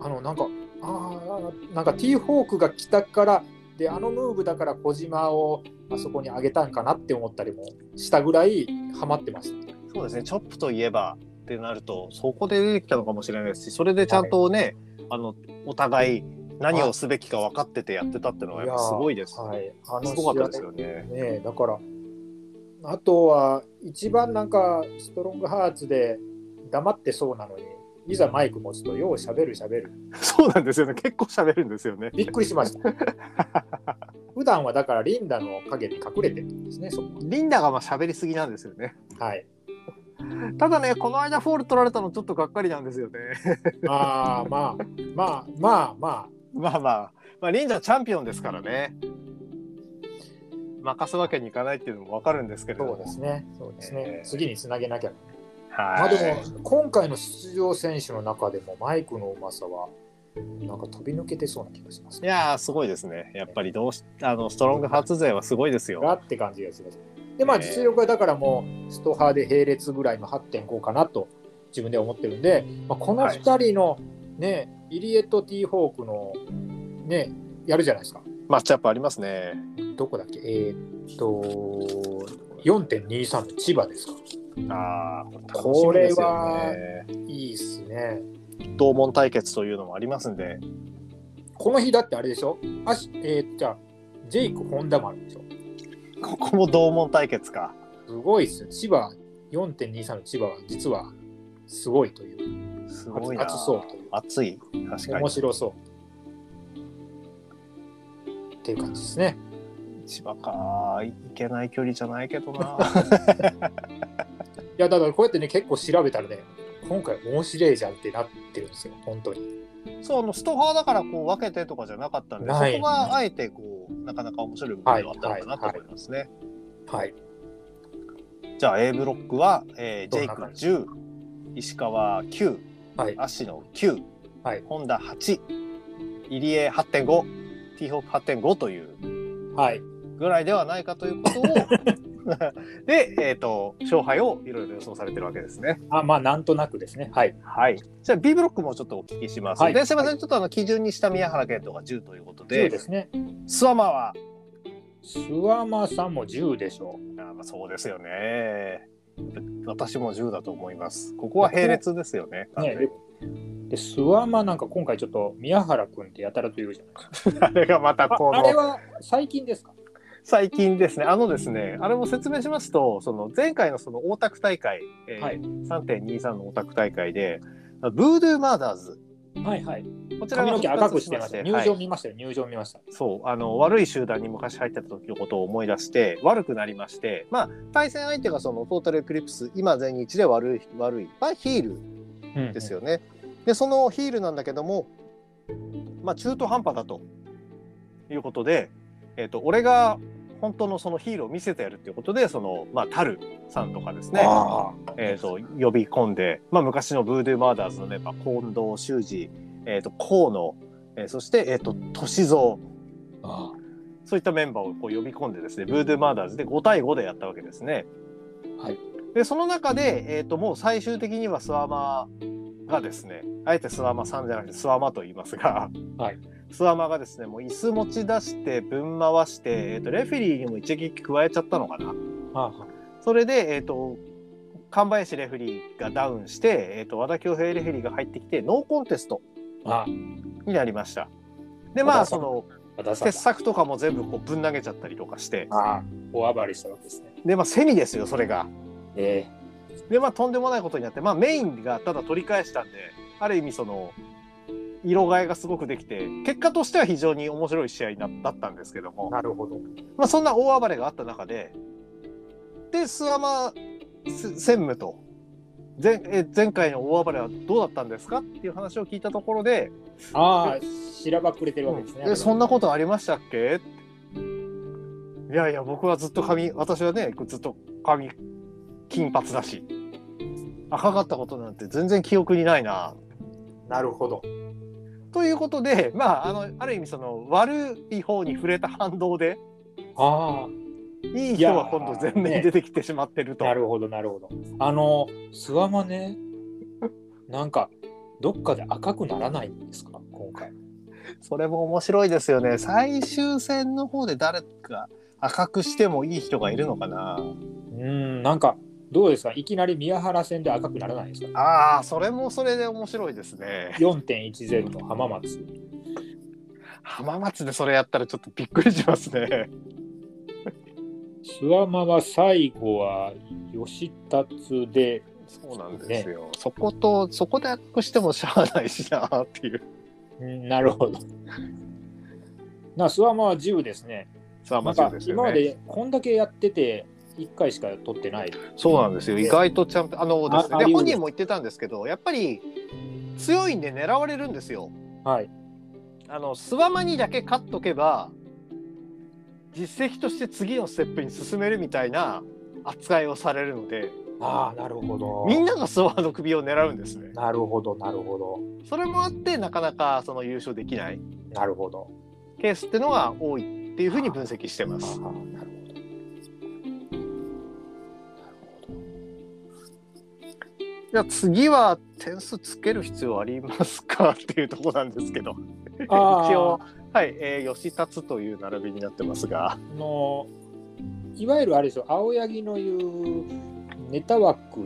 あの、なんか、あーなんかティーホークが来たから、で、あのムーブだから小島をあそこに上げたんかなって思ったりもしたぐらいハマってました。
そうですね、チョップといえばってなると、そこで出てきたのかもしれないですし、それでちゃんとね、あのお互い、何をすべきか分かっててやってたってのは、やっぱすごいです。
はい。あの
すごかったですよね。
ねえだから、あとは、一番なんか、ストロングハーツで黙ってそうなのに、いざマイク持つと、ようしゃべるしゃべる。
そうなんですよね。結構喋るんですよね。
びっくりし
[laughs]
ました。普段はだからリンダの影に隠れてるんですね、そこ
リンダがまあ喋りすぎなんですよね。
は。はい。
ただね、この間フォール取られたのちょっとがっかりなんですよね。 [laughs]
まあまあまあまあま
まあまあ、まあ、リンダチャンピオンですからね。任すわけにいかないっていうのもわかるんですけ
あ、
れど
そ
も。
うですね、そうですね
え。ー
次につなげなきゃ。ま
は
あ
い。
でも、今回の出場選手の中でも、マイクのうまさは、なんか飛び抜けてそうな気がします
い
ね。
やー、すごいですね。やっぱりどうし、あの、ストロング初勢はすごいです
が
よ。
って感じがします。で、まあ実力はだからもう、ストハーで並列ぐらいの8.5かなと自分では思ってるんで、まあ、この2人のね、入江とティーホークのね、やるじゃないですか。
マッチアップありますね。
どこだっけえーっと、4.23の千葉ですか。
ああ、
これは
楽しみですよね
いいっすね。
同門対決というのもありますんで。
この日だってあれでしょあし、えー、じゃあ、ジェイク・ホンダマルでしょ
ここも同門対決か。
すごいっすね。千葉、4.23の千葉は実はすごいという。
すごいな。
熱そうという
熱い。確か
面
に。
白そうっていう感じですね
千葉か。いけない距離じゃないけどな。
いやだからこうやってね結構調べたらね今回面白いじゃんってなってるんですよ本当に
そう、あの、ストファーだからこう分けてとかじゃなかったんで、そ
ない
こがあえてこう、なかなか面白い部分ではあったのかなと思いますね。
はい
じゃあ A ブロックは、えー、ジ
ど
ェ
ん
イ
な
ク
感じ
10、石川9、
はい
アシノ9、
はい
本田8、入江8.5、ティーホップ8.5という
はい
ぐらいではないかという
[laughs]
ことをで、えっと勝敗をいろいろ予想されてるわけですね。
あまあなんとなくですねはい
はい、じゃあ B ブロックもちょっとお聞きします。
はい
で、すみません、ちょっとあの基準にした宮原健人が10ということ
10
で、
ですね
諏訪間は
諏訪間さんも10でしょう
あーまあそうですよね。私も10だと思います。ここは並列ですよね。
ねでで諏訪間なんか今回ちょっと宮原君ってやたらというじゃないです
[laughs]
か
あれがまたこ
ああれ
の
は最近ですか
最近ですねあのですねあれも説明しますとその前回のその大田区大会、えー
はい
3.23の大田区大会でブードゥーマーダーズ
はいはい
こちら
髪
が
の毛赤くしてましたよ
復活
入
し
場
はい
見ましたよ入場見ました
そうあの悪い集団に昔入ってた時のことを思い出して悪くなりましてまあ対戦相手がそのトータルエクリプス今全日で悪い悪い、まあ、ヒール
うん
ですよね。でそのヒールなんだけども、まあ、中途半端だということで、えー、と俺が本当のそのヒールを見せてやるっていうことでその、まあ、タルさんとかですね、
あ
えー、と呼び込んで、まあ、昔のブードゥーマーダーズのメンバー近藤修二、えー、と河野、えーそして、えー、と歳三
あ
そういったメンバーをこう呼び込んでですねブードゥーマーダーズで5対5でやったわけですね。
はい、
でその中で、えー、ともう最終的には諏訪間がですねあえて諏訪間さんじゃなくて諏訪間と言いますが、
はい、
諏訪間がですねもう椅子持ち出してぶん回して、えー、とレフェリーにも一撃加えちゃったのかな。
あ
それで、えー、と神林レフェリーがダウンして、えー、と和田恭平レフェリーが入ってきてノーコンテスト
ああ
になりました。でまあ
和田さ
そ
ん
の
和田さん
鉄
だ
柵とかも全部こうぶん投げちゃったりとかして
ああ大暴れしたわけですね
でまあセミですよそれが。
え
でまあとんでもないことになって、まあ、メインがただ取り返したんである意味その色替えがすごくできて結果としては非常に面白い試合だだったんですけど
え
も、
なるほど
まあ、そんな大暴れがあった中でで諏訪間す専務と前え前回の大暴れはどうだったんですかっていう話を聞いたところで
ああしらばっくれてるわけですね、
えそんなことありましたっけいやいや僕はずっと髪私はねずっと髪金髪だし赤かったことなんて全然記憶にないな
なるほど
ということでまああのある意味その悪い方に触れた反動で
あ
いい人は今度全
い
面
やー
に出てきてしまってる
あ
と。
なるほどなるほどあの諏訪間ねなんかどっかで赤くならないんですか今回
それも面白いですよね最終戦の方で誰か赤くしてもいい人がいるのかな
うんなんかどうですかいきなり宮原戦で赤くならないですか
あーそれもそれで面白いですね。
4.10の浜松
浜松でそれやったらちょっとびっくりしますね。
諏訪間は最後は吉達で
そうなんですよ。そことそこで悪くしてもしゃあないしなっていう。
うんなるほどな諏訪間は10ですね
さあ
なん
松
か
尾です
今
よ
ま
ね。
でこんだけやってて1回しか取ってない
そうなんですよ。意外とちゃんとあのですね。
ああり
で
得
本
る
人も言ってたんですけど、やっぱり強いんで狙われるんですよ。
はい
あのスワマにだけ勝っとけば実績として次のステップに進めるみたいな扱いをされるので、
ああなるほど
みんながスワマの首を狙うんですね。
なるほどなるほど
それもあってなかなかその優勝できない
なるほど
ケースってのが多いっていうふうに分析してま
あ
す
あ。なるほど
じゃあ次は点数つける必要ありますかっていうところなんですけど一
あー
応はい、えー、吉達という並びになってますが
あのいわゆるあれですよ青柳の言うネタ枠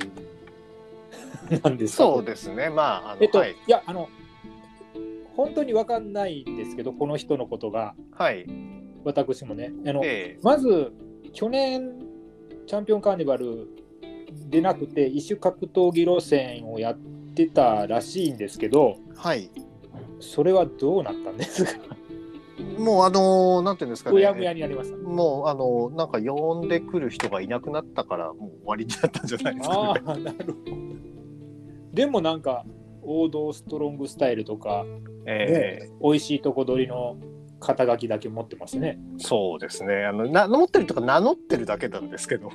なんですか
そうですねまああの、
えっと、
はいい、、
やあの本当に分かんないんですけどこの人のことが
はい、
私もねあの、
え
まず去年チャンピオンカーニバルでなくて異種格闘技路線をやっってたらしいんですけど
はい。
それはどうなったんですか
もうあのーなんていうんですかね。
うやむやになりました。
もうあのーなんか呼んでくる人がいなくなったからもう終わりだったんじゃないですか
あ
ね。
あなるほど。でもなんか王道ストロングスタイルとか、
え
ね美味しいとこ取りの肩書きだけ持ってますね。
えそうですね。あのな名乗ってるとか名乗ってるだけなんですけど、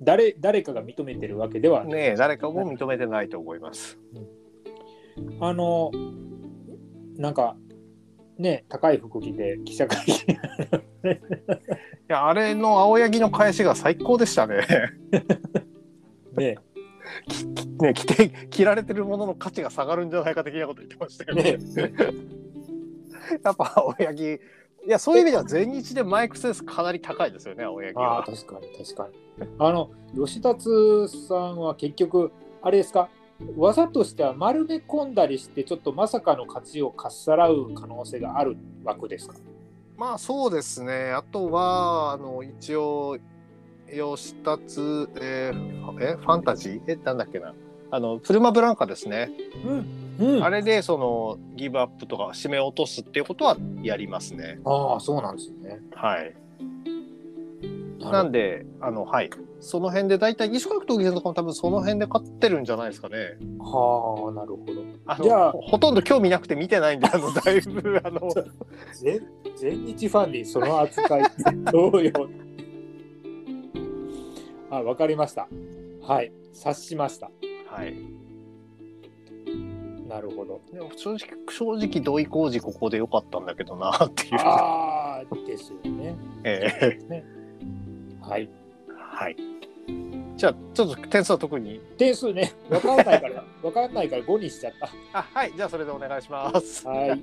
誰誰かが認めてるわけではない。
ねえ誰かも認めてないと思います。
あのなんかね高い服着て記者会見 [laughs]
いやあれの青柳の返しが最高でしたね。
ね
ね着て着られてるものの価値が下がるんじゃないか的なこと言ってましたよね。やっぱ青柳いやそういう意味では全日でマイクセンスかなり高いですよね青柳
ああ
は。
確かに確かに。あの吉達さんは結局あれですか技としては丸め込んだりしてちょっとまさかの勝ちをかっさらう可能性がある枠ですか
まあそうですねあとはあの一応吉達、えーえファンタジーえなんだっけなあのプルマブランカですね、
うん、うん、
あれでそのギブアップとか締め落とすっていうことはやりますね。
ああそうなんですね。
はい
な
なんんで、あの、はい。その辺で、大体、西川闘技場とかも多分その辺で勝ってるんじゃないですかね。
はあなるほど。
あの
じゃあ
ほほとんど興味なくて見てないんで、あ
[laughs]
の、だいぶ、あの、
全全日ファンにその扱いってどうよ。あわかりました。はい察しました。
はい。
なるほど。
でも正直、正直、土井浩二ここで良かったんだけどな、っていう。
ああですよね。
ええ
はい。
はい。じゃあ、ちょっと点数は特に。
点数ねわかんないからわかんないから5にしちゃっ
あ、はい。じゃあ、それでお願いします
た。。はい。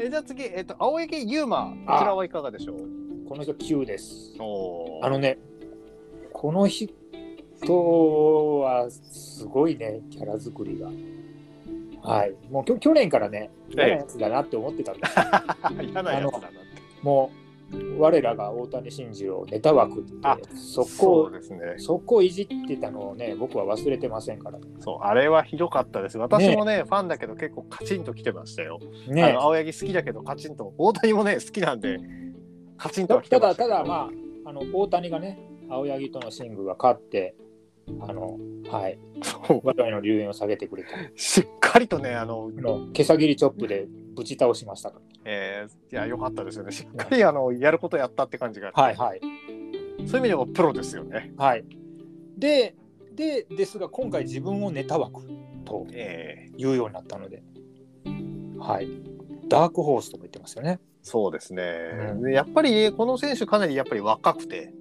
えじゃあ次、えっと、青柳優馬、こちらはいかがでしょう
この人9です。
おー
あのねこの人はすごいねキャラ作りが。はい、もうきょ去年からね嫌なやつだなって思ってたんです、
嫌なやつだなって。
[laughs] もう我らが大谷慎二をネタ枠って
あ
そ
そ
こ
うですね。
そこいじってたのをね僕は忘れてませんから
そう、あれはひどかったです。私もね、ファンだけど結構カチンと来てましたよ。あ
ね
の青柳好きだけどカチンと、大谷もね、好きなんで、カチンと
た
は来てま
だ
した
た
けど。
だまああの大谷がね青柳とのシングが勝ってあのはい
そう
我々の留言を下げてくれたあ
しっかりとね、あの、
の毛先切りチョップでぶち倒しましたか
えーいや、良かったですよね。しっかり、あの、やることやったって感じが。
らはいはい
そういう意味でもプロですよね。
はいででですが今回自分をネタ枠と
ええ
いうようになったのではいダークホースとも言ってますよね
そうですね、
うん
でやっぱりこの選手かなりやっぱり若くて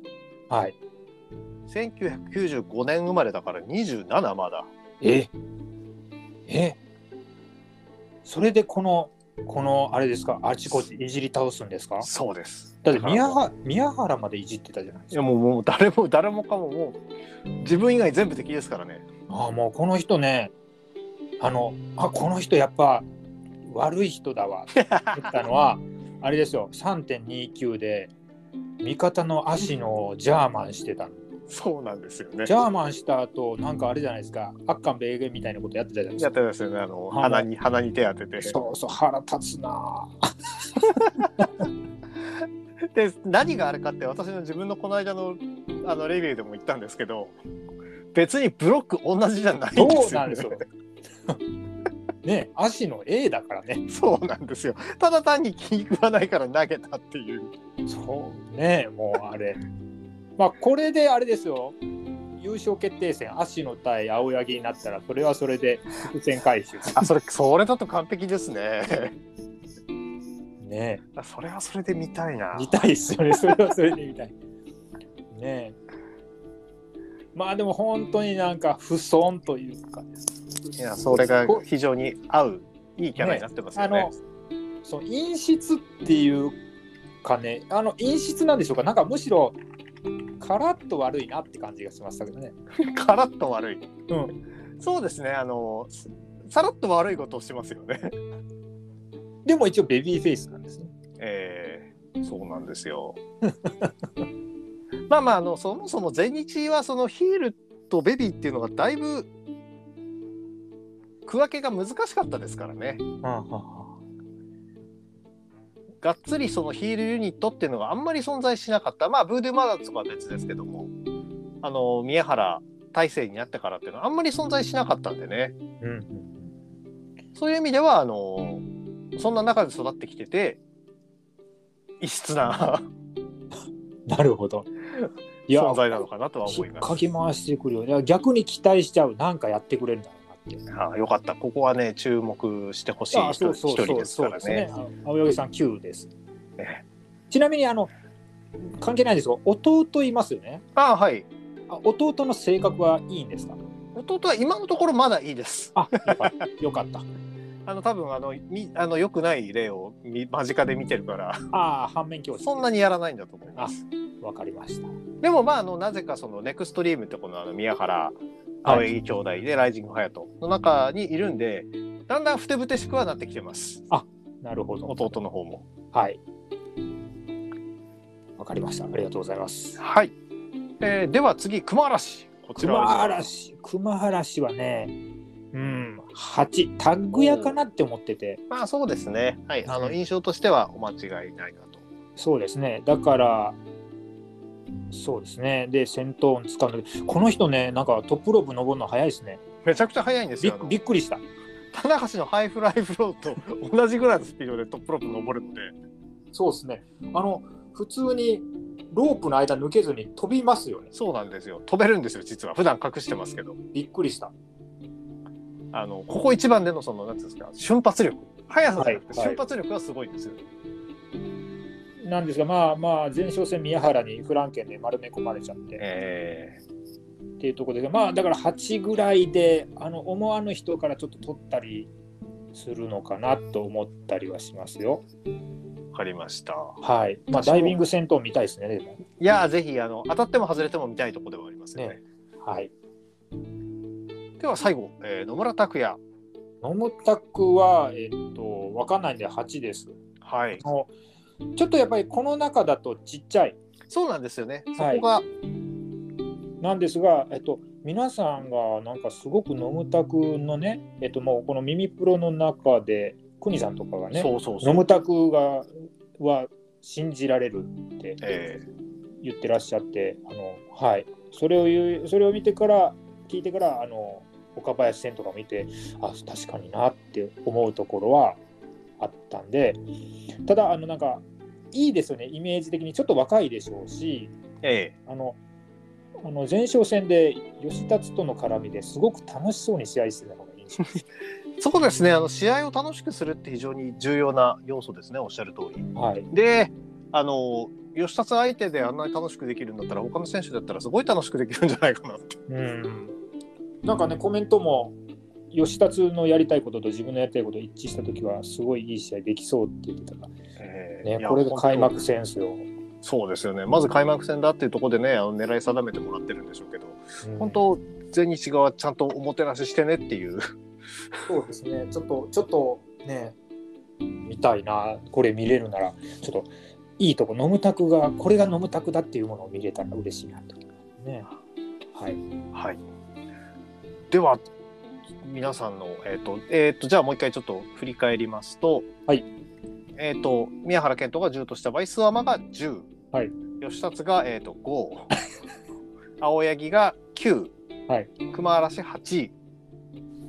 はい
1995年生まれだから27まだ
ええそれでこのこのあれですかあちこちいじり倒すんですか
そうです
だって宮原宮原までいじってたじゃないで
い
す
や
か
もうもう誰も誰もかももう自分以外全部敵ですからね
ああもうこの人ねあのあこの人やっぱ悪い人だわって言ったの
[laughs]
はあれですよ3.29で味方の足のジャーマンしてたの
そうなんですよね。
ジャーマンした後なんかあれじゃないですかアッカン米軍みたいなことやってたじゃないです
や
か
ってますよね。あの
はい
鼻に鼻に手当てて。
そうそう腹立つなあ
で何があるかって私の自分のこの間のあのレビューでも言ったんですけど、別にブロック同じじゃないんで
そう
すよ、ね。
なんですよ。 [laughs] ね足の A だから
[laughs]
ね。
そうなんですよ。ただ単に気に食わないから投げたっていう。
そうねもうあれ。 [laughs] まあこれであれですよ。優勝決定戦、足の対青柳になったら、それはそれで伏線回収。
あそれそれだと完璧ですね。
[laughs] ね
あそれはそれで見たいな。
見たいですよね。それはそれで見たい。ねまあでも本当になんか不損というかですね
いやそれが非常に合ういいキャラになってますよ
あ
ね
の。その陰湿っていうかねあの陰湿なんでしょうかなんかむしろカラッと悪いなって感じがしましたけどね
カラッと悪い。
うん
そうですね。あのさらっと悪いことをしますよね。
でも一応ベビーフェイスなんですね
えーそうなんですよ。 [laughs] まあまああのそもそも全日はそのヒールとベビーっていうのがだいぶ区分けが難しかったですからね
うんうんうん
がっつりそのヒールユニットっていうのがあんまり存在しなかったまあブードゥーマーダーとかは別ですけどもあの宮原体制になってからっていうのはあんまり存在しなかったんでね
うん
そういう意味ではあのそんな中で育ってきてて異質な
なるほど。 [laughs] いや、
存在なのかなとは思い
引っ
ます
か。き回してくるよね。逆に期待しちゃう。なんかやってくれるんだろうなって。
ああよかったここはね注目してほしい
あ
人
そう
一
そ
人
うそう
です
そ
か
う
ら
です
ね
ね。。青柳さん9です
ね。
ちなみにあの関係ないですが、弟いますよね。
ああはい
あ弟の性格はいいんですか。
弟は今のところまだいいです。
あ、よかった。よかった
あの多分あのみあの良くない例をみ間近で見てるから
ああ、反面教師。
そんなにやらないんだと思います。
わかりました。
でもまああのなぜかそのネクストリームってこのあの宮原青柳兄弟でライジングハヤトの中にいるんでだんだんふてぶてしくはなってきてます
なるほど。
弟の方も。
はい。わかりました。ありがとうございます。
はい、えーでは次熊嵐こちらは
熊嵐、熊嵐はね、うん、8、タッグ屋かなって思ってて、
まあそうですねはいあの
うん
印象としてはお間違いないなと。
そうですね。だから、そうですね。で、戦闘音使うんだけど、この人ね、なんかトップロープ登るの早いですね。
めちゃくちゃ速いんです
び
よ
っ
あの
びっくりした。
棚橋のハイフライフローと同じぐらいのスピード [laughs] でトップロープ登るので
そうですね。あの、普通にロープの間抜けずに飛びますよね。
そうなんですよ飛べるんですよ実は普段隠してますけど
びっくりした。
あのここ一番でのそのなんていうんですか瞬発力速さじゃなくて
はいはい
瞬発力がすごいんですよ、
なんですが、まあまあ、前哨戦宮原にフランケンで丸め込まれちゃって。
えー
っていうところでまあだから8ぐらいであの思わぬ人からちょっと取ったりするのかなと思ったりはしますよ。
わかりました
はい。まあダイビング戦闘見たいですね。でも
いやーぜひあの当たっても外れても見たいところではありますよね
はい。
では最後、えー野村拓也
ノムタクはえっとわかんないんで8です。
はい
あのちょっとやっぱりこの中だとちっちゃい
そうなんですよねそ
はい
こが
なんですが、えっと、皆さんがなんかすごくノムタクのね、えっと、もうこの耳プロの中で邦さんとかがね
そうそうそ
ノ
う
ムタクがは信じられるって。
え
言ってらっしゃってあの、はい、それを言うそれを見てから聞いてからあの岡林戦とか見てあ確かになって思うところはあったんでただあのなんかいいですよねイメージ的にちょっと若いでしょうし
ーえ
あのあの前哨戦で吉達との絡みですごく楽しそうに試合してたのが印象です。
ーそうですねあの試合を楽しくするって非常に重要な要素ですねおっしゃる通り
はい、
であの吉達相手であんなに楽しくできるんだったら他の選手だったらすごい楽しくできるんじゃないかなって
うんなんかねコメントも吉達のやりたいことと自分のやりたいこと一致した時はすごいいい試合できそうって言ってたから。ね、これが開幕戦ですよ。
そうですよねまず開幕戦だっていうところでねあの狙い定めてもらってるんでしょうけど、本当全日側ちゃんとおもてなししてねっていう
そうですね。ちょっと、ちょっとね、見たいな、これ見れるなら、ちょっといいとこ、ノムタクが、これがノムタクだっていうものを見れたら嬉しいなと。ね。はい。
はいでは皆さんのえっ、とえっ、とじゃあもう一回ちょっと振り返りますと
はい
えっ、と宮原健人が10とした場合諏訪間が10、
はい、
吉達がえっ、と5 [laughs] 青柳が9、
はい、
熊嵐8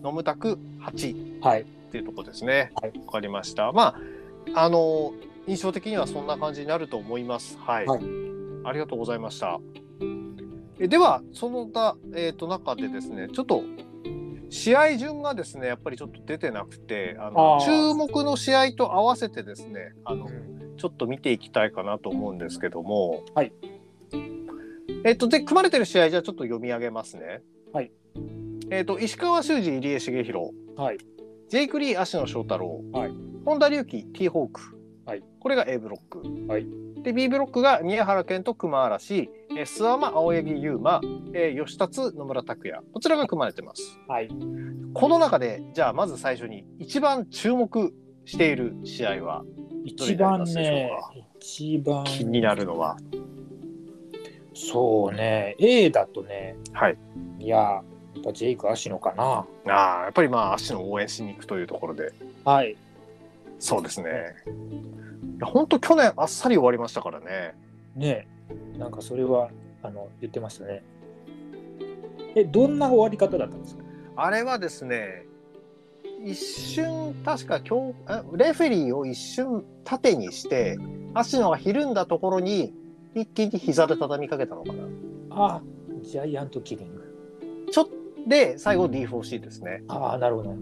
野村拓8
はい。
っていうとこですね。
はい
わかりました。まああの印象的にはそんな感じになると思います。はい。
はい
ありがとうございました。えではその他えっ、と中でですねちょっと試合順がですねやっぱりちょっと出てなくてあの
あー
注目の試合と合わせてですねあの
うん
ちょっと見ていきたいかなと思うんですけども。
はい。
えっと、で、組まれてる試合、じゃあちょっと読み上げますね。
はい。
えっと、石川修司、入江重弘。
はい。
ジェイク・リー、芦野翔太郎。
はい
本田隆起、T ホーク。
はい。
これが A ブロック。
はい。
で、B ブロックが宮原健と熊嵐、えー諏訪間、青柳優馬、えー吉達、野村拓也。こちらが組まれてます。
はい。
この中で、じゃあまず最初に、一番注目している試合は、
一
ど
番
れになり
ね
ます、
一番、
気になるのは。
そうね、A だとね、
はい。
いや、っぱジェイク・アシノかな。
ああ、やっぱりまあ、足の応援しに行くというところで、
はい。
そうですね。いや、本当去年あっさり終わりましたからね。
ねえなんかそれはあの言ってましたね。え、どんな終わり方だったんですか
あれはですね、一瞬、確か強あレフェリーを一瞬縦にして、足野がひるんだところに、一気に膝で畳みかけたのかな。
あジャイアントキリング。
ちょで、最後 D4C ですね。
ああ、なるほど。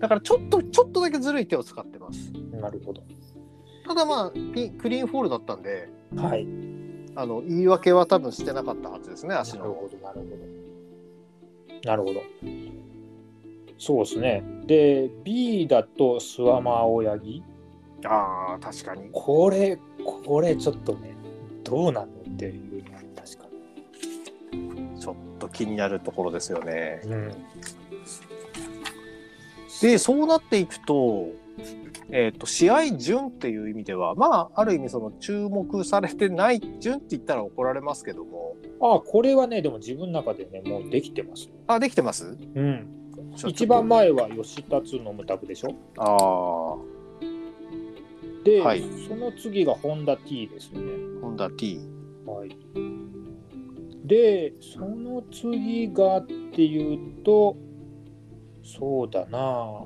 だからちょっと、ちょっとだけずるい手を使ってます。
なるほど。
ただまあ、ピクリーンフォールだったんで、
はい。
あの、言い訳は多分してなかったはずですね、
な
足
る
野。
ほど、なるほど。なるほど。そうですね。で、B だとスワマーオヤギ。
ああ、確かに。
これ、これちょっとね、どうなのっていう、確か
ちょっと気になるところですよね。
に。うん。
で、そうなっていくと、えっ、と、試合順っていう意味では、まあ、ある意味その注目されてない順って言ったら怒られますけども、
ああ、これはね、でも自分の中でね、もうできてますよ。
あ、できてます
うん。一番。前は吉達の無卓でしょ。
ああ、ホ
で、
はい
その次がホンダ T ですね。
ンダ T。
はい、でその次がっていうとそうだな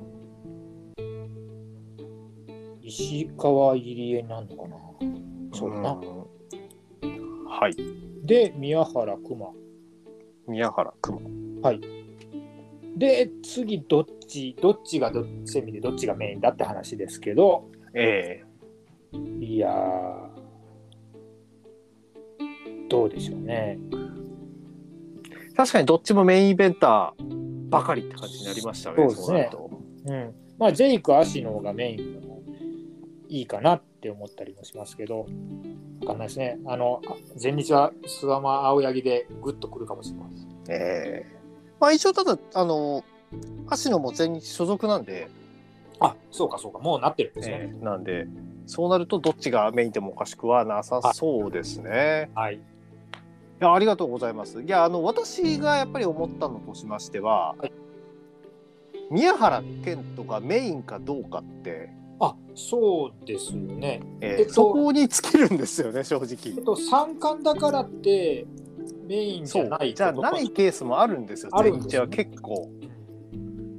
石川入江なんのかなそうだな
うんはい。
で宮原熊
宮原熊。
で次どっちどっちがどっちでどっちがメインだって話ですけど
え
いやーどうでしょうね
え確かにどっちもメインイベンターばかりって感じになりましたね、
そうですね
なると
うん、まあジェイク・アシノがメインでもいいかなって思ったりもしますけど、わかんないですね。あの、あ前日は諏訪間青柳でグッとくるかもしれません。
ええまあ一応ただ、あの、足野も全日所属なんで、
あそうかそうか、もうなってるんですね。
ええなんで、そうなるとどっちがメインでもおかしくはなさそうですね。
はい。
いや、ありがとうございます。いや、あの、私がやっぱり思ったのとしましては、
はい
宮原健人がメインかどうかって、
あそうですよね。
ええ
えっと
そこに尽きるんですよね、正
えっ
直。
と、三冠だからってメインじ
そ
ゃ
う
ない
じゃあ
ことか
ないケースもあるんですよ、
ある
全
んで
日
すね
は結構。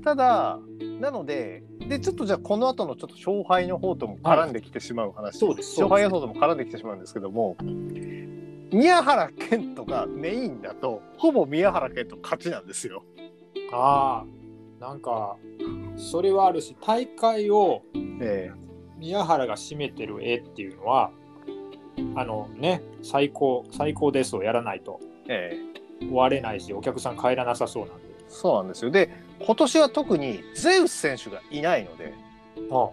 ただ、なので、でちょっとじゃあ、この後のちょっと勝敗の方とも絡んできてしまう話、
そうですそうです
勝敗予想とも絡んできてしまうんですけども、宮原健人がメインだと、ほぼ宮原健人勝ちなんですよ。
ああ、なんか、それはあるし、大会を
え
宮原が占めてる絵っていうのはあのね最高最高ですをやらないと
えええ
終われないしお客さん帰らなさそうなんで。
そうなんですよ。で、今年は特にゼウス選手がいないので、
あ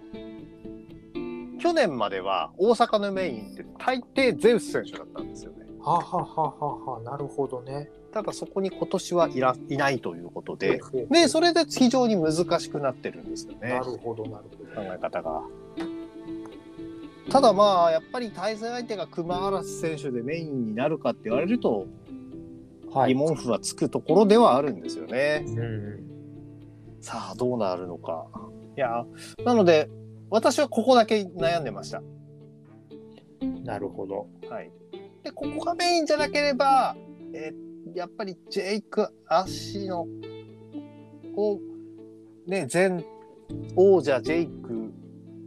去年までは大阪のメインって大抵ゼウス選手だったんですよね。
はははははなるほどね。
ただそこに今年はいらいないということで、
ね
でそれで非常に難しくなってるんですよね
なるほどなる
考
ほど。
え方が。ただまあやっぱり対戦相手が熊嵐選手でメインになるかって言われると
は
疑問符はつくところではあるんですよね。
うんうん
さあどうなるのか。いやなので私はここだけ悩んでました。
なるほど。
はい、でここがメインじゃなければ、えーやっぱりジェイク・アシノを、ね、前王者ジェイク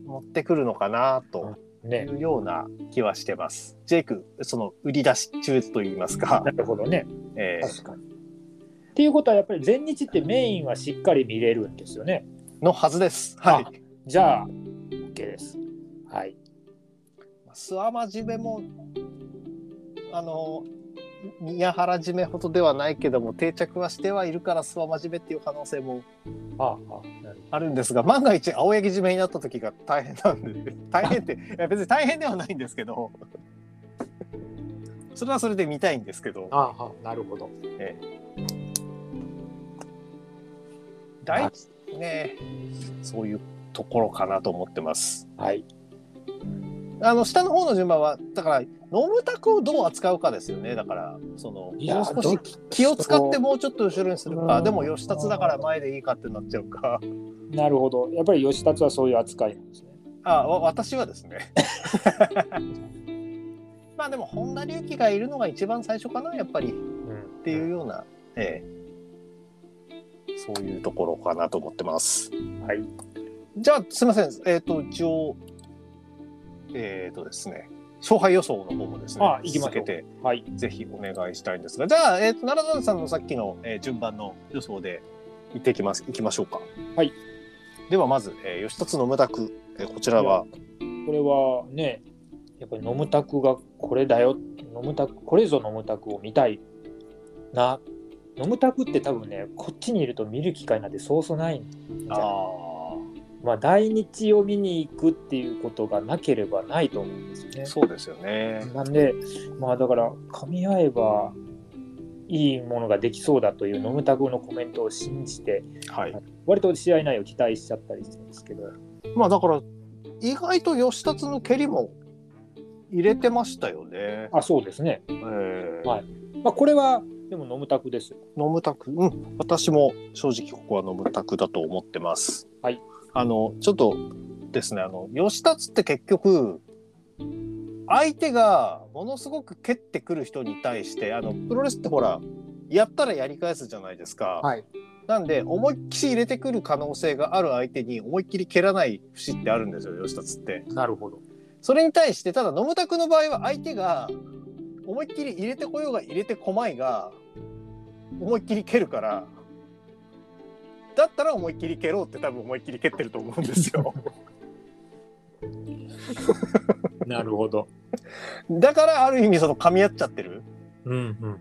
持ってくるのかなとい
ね。
うような気はしてます。ジェイクその売り出し中といいますか
な、るほどね。
えー
確かに。っていうことはやっぱり全日ってメインはしっかり見れるんですよね。
のはずです。はい、
じゃあ OK です。はい。
諏訪間締めもあの宮原締めほどではないけども定着はしてはいるから諏訪間締めっていう可能性も
ああなる
あるんですが万が一青柳締めになった時が大変なん [laughs] で大変っていや別に大変ではないんですけどそれはそれで見たいんですけど
ああなるほど。
大ねそういうところかなと思ってます
はい。
あの下の方の順番はだからノブタクをどう扱うかですよねだからその
いや
もう少
ど
し
っ
気を使ってもうちょっと後ろにする
う
か
ん
でも吉達だから前でいいかってなっちゃうか [laughs]
なるほど。やっぱり吉達はそういう扱いなんですね。
あわ私はですね [laughs] まあでも本田隆起がいるのが一番最初かなやっぱりっ
うん、
ていうような、ええそういうところかなと思ってます
はい。
じゃあすいませんえっ、と一応えっ、とですね勝敗予想の方もですね
あ行きましょ
続
う
けて
はい。
ぜひお願いしたいんですが、じゃあ、えっ、と、奈良田さんのさっきの、えー順番の予想で行ってきます、行きましょうか。
はい。
では、まず、えー、吉達の無卓、えーこちらは、
これはね、やっぱり飲むタクがこれだよ。飲むタク、これぞ飲むタクを見たいな。飲むタクって多分ね、こっちにいると見る機会なんてそうそうないんじゃないまあ、来日を見に行くっていうことがなければないと思うんですよね。
そうですよね。
なんで、まあだから、噛み合えばいいものができそうだというノムタグのコメントを信じて、
はい。
割と試合内容を期待しちゃったりしてるんですけど、
まあ、だから、意外と吉達の蹴りも入れてましたよね。
あ、そうですね。
えー
はいまあ、これは、でもノムタクですよ。
ノムタク、うん、私も正直ここはノムタクだと思ってます。
はい。
あの、ちょっとですね、あの、吉達って結局、相手がものすごく蹴ってくる人に対して、あの、プロレスってほら、やったらやり返すじゃないですか。
はい。
なんで、思いっきり入れてくる可能性がある相手に思いっきり蹴らない節ってあるんですよ、吉達って。
なるほど。
それに対して、ただ、ノムタクの場合は相手が、思いっきり入れてこようが入れてこまいが、思いっきり蹴るから、だったら思いっきり蹴ろうって多分思いっきり蹴ってると思うんですよ。
なるほど。
[laughs] だから、ある意味、その、噛み合っちゃってる。
[laughs] うんうん。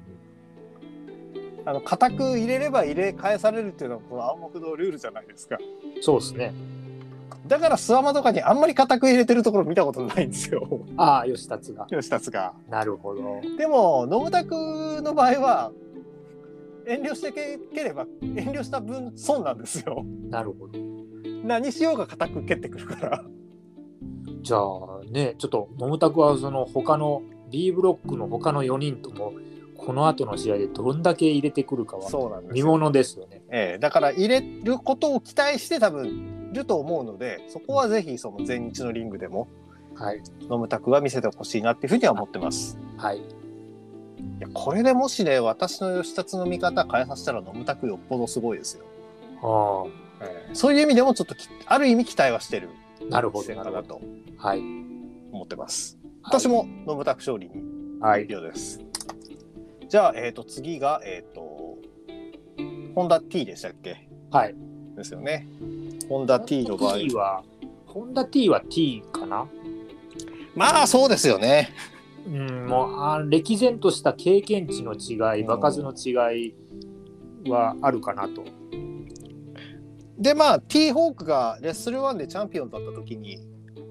あの、固く入れれば入れ返されるっていうのは、この暗黙のルールじゃないですか。
そうですね。
だから、諏訪間とかにあんまり固く入れてるところ見たことないんですよ。
ああ、吉達が。
[laughs] 吉達が。
なるほど。
でも、ノムタクの場合は、遠慮してければ、遠慮した分損なんですよ。 [laughs]
なるほど。
何しようが固く蹴ってくるから。
じゃあね、ちょっと、ノムタクはその他の B ブロックの他の4人とも、この後の試合でどんだけ入れてくるかは
そうなんです
見
よ。
ものですよね。
ええだから入れることを期待して多分いると思うので、そこはぜひその全日のリングでも
はい。
ノムタクは見せてほしいなっていうふうには思ってます。
はい。
いやこれでもしね私の吉達の見方変えさせたらノムタクよっぽどすごいですよ。
あ
そういう意味でもちょっときある意味期待はしてる
あ、なるほど。
戦
な
果
るほ
だ
ど。
と
はい。
思ってます。私もノムタク勝利に
は
一。票です。じゃあえっ、と次がえっ、とホンダ T でしたっけ？
はい。
ですよね。ホンダ T の場合。
T は、ホンダ T は T かな
まあそうですよね。
うん、もう、あ歴然とした経験値の違い、
うん
場数の違いはあるかなと。
でまあ T ホークがレッスル1でチャンピオンだった時に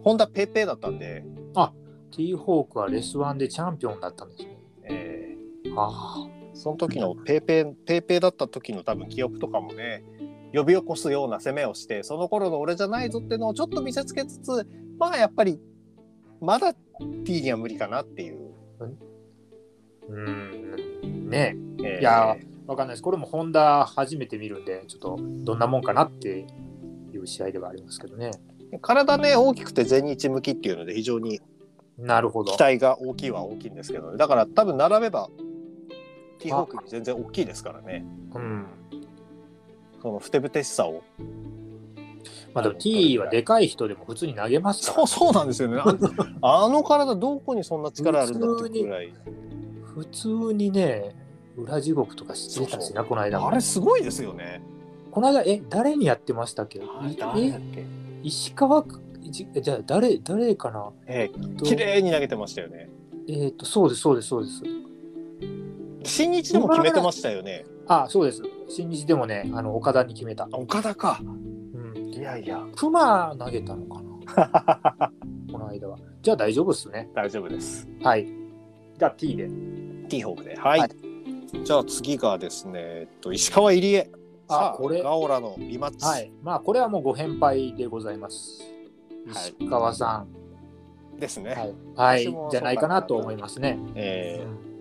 ホンダペーペーだったんで、
T ホークはレスワンでチャンピオンだったんですね。
えー
あ
その時のペーペーペーペーだった時の多分記憶とかもね呼び起こすような攻めをしてその頃の俺じゃないぞってのをちょっと見せつけつつまあやっぱりまだ T には無理かなっていう。
あ、うん、ね
えー
いやわかんないです。これもホンダ初めて見るんで、ちょっとどんなもんかなっていう試合ではありますけどね。
体ね大きくて全日向きっていうので非常に
なるほど
期。待が大きいは大きいんですけどねだから多分並べばティーホークより全然大きいですからね
うん。
そのふてぶてしさを
まあでも T はでかい人でも普通に投げますから、
そうそうなんですよね [laughs] ああの体どこにそんな力あるんだっていうくらい
普通にね裏地獄とかしてたしなこの間も
あれすごいですよね
この間え誰にやってましたっけいえ
け
石川かじじゃあ誰誰かな
え
えっ
ー
と
綺麗に投げてましたよね
えーっとそうですそうですそうです
新日でも決めてましたよね
あそうです新日でもねあの岡田に決めた
あ岡田か
うん
いやいや
熊投げたのか
[laughs]
なこの間はじゃあ大丈夫っすね
大丈夫です
はいじゃあ T で
ティーホークではい、
はい
じゃあ次がですねえっと石川入江
あ
さあ
これ
ガオラのリマッチ、
はいまあこれはもうご返敗でございます
はい
石川さん、
ですね。
はい、
私
はい
も、
じゃないかなと思いますね。
えー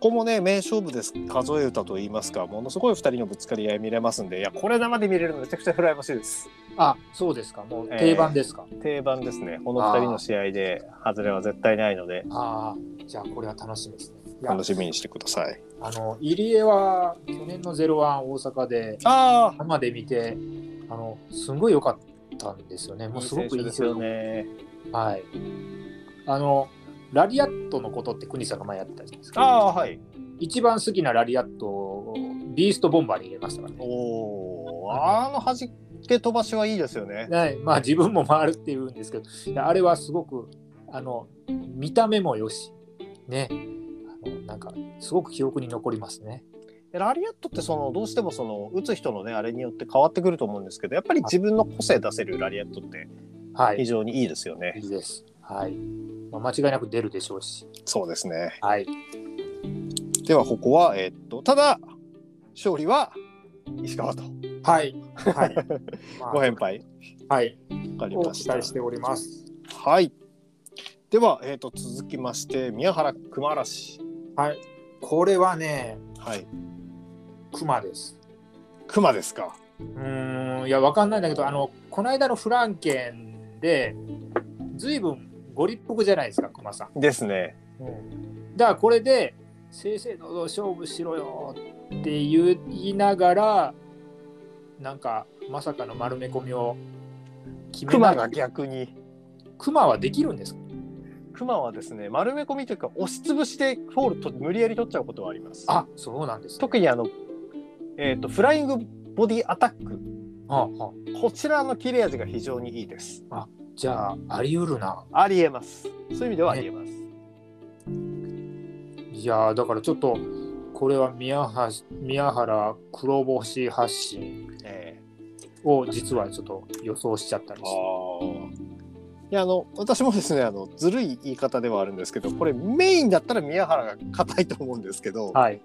ここもね名勝負です数え歌といいますかものすごい2人のぶつかり合い見れますんでいやこれ生で見れるのめちゃくちゃ羨ましいです
あ、そうですか。もう定番ですか。
定番ですねこの2人の試合で外れは絶対ないので
ああ、じゃあこれは楽しみですね。いや
楽しみにしてください
あの入江は去年のゼロワン大阪で
あ
生で見て、あのすごい良かったんですよね。
あ
もうすごくいい
ですよね
はい。あのラリアットのことって国さんが前やってたじゃないですか。
ああーはい
一番好きなラリアットをビーストボンバーに入れましたからね。
おーあの弾け飛ばしはいいですよね
はい、まあ自分も回るっていうんですけどいやあれはすごくあの見た目もよしねあのなんかすごく記憶に残りますね
ラリアットってそのどうしてもその打つ人のねあれによって変わってくると思うんですけどやっぱり自分の個性出せるラリアットって
はい
非
い
常にいいですよね
いですはい、まあ、間違いなく出るでしょうし
そうですね
はい
ではここはえーっとただ勝利は石川と
はいはい、まあ
ご返杯
はい
わかり
を
まし
期
た
待しております
はいではえーっと続きまして宮原熊嵐
はいこれはね
はい
熊です
熊ですか
うーんいやわかんないんだけどあのこの間のフランケンで随分ご立腹じゃないですか熊さん
ですね
だからこれで正々堂々勝負しろよって言いながらなんかまさかの丸め込みを決めな
熊
が
が
ら
逆に
熊はできるんですか
熊はですね丸め込みというか押しつぶしてフォールと無理やり取っちゃうことはあります
あそうなんですね、
特にあの、えー、とフライングボディアタック
はあは
こちらの切れ味が非常にいいです
あじゃああり得るな
ありえますそういう意味ではありえます、
いやーだからちょっとこれは宮は宮原黒星発信
え
を実はちょっと予想しちゃったり
ー
して
いやあの私もですねあのずるい言い方ではあるんですけどこれメインだったら宮原が硬いと思うんですけど、
はい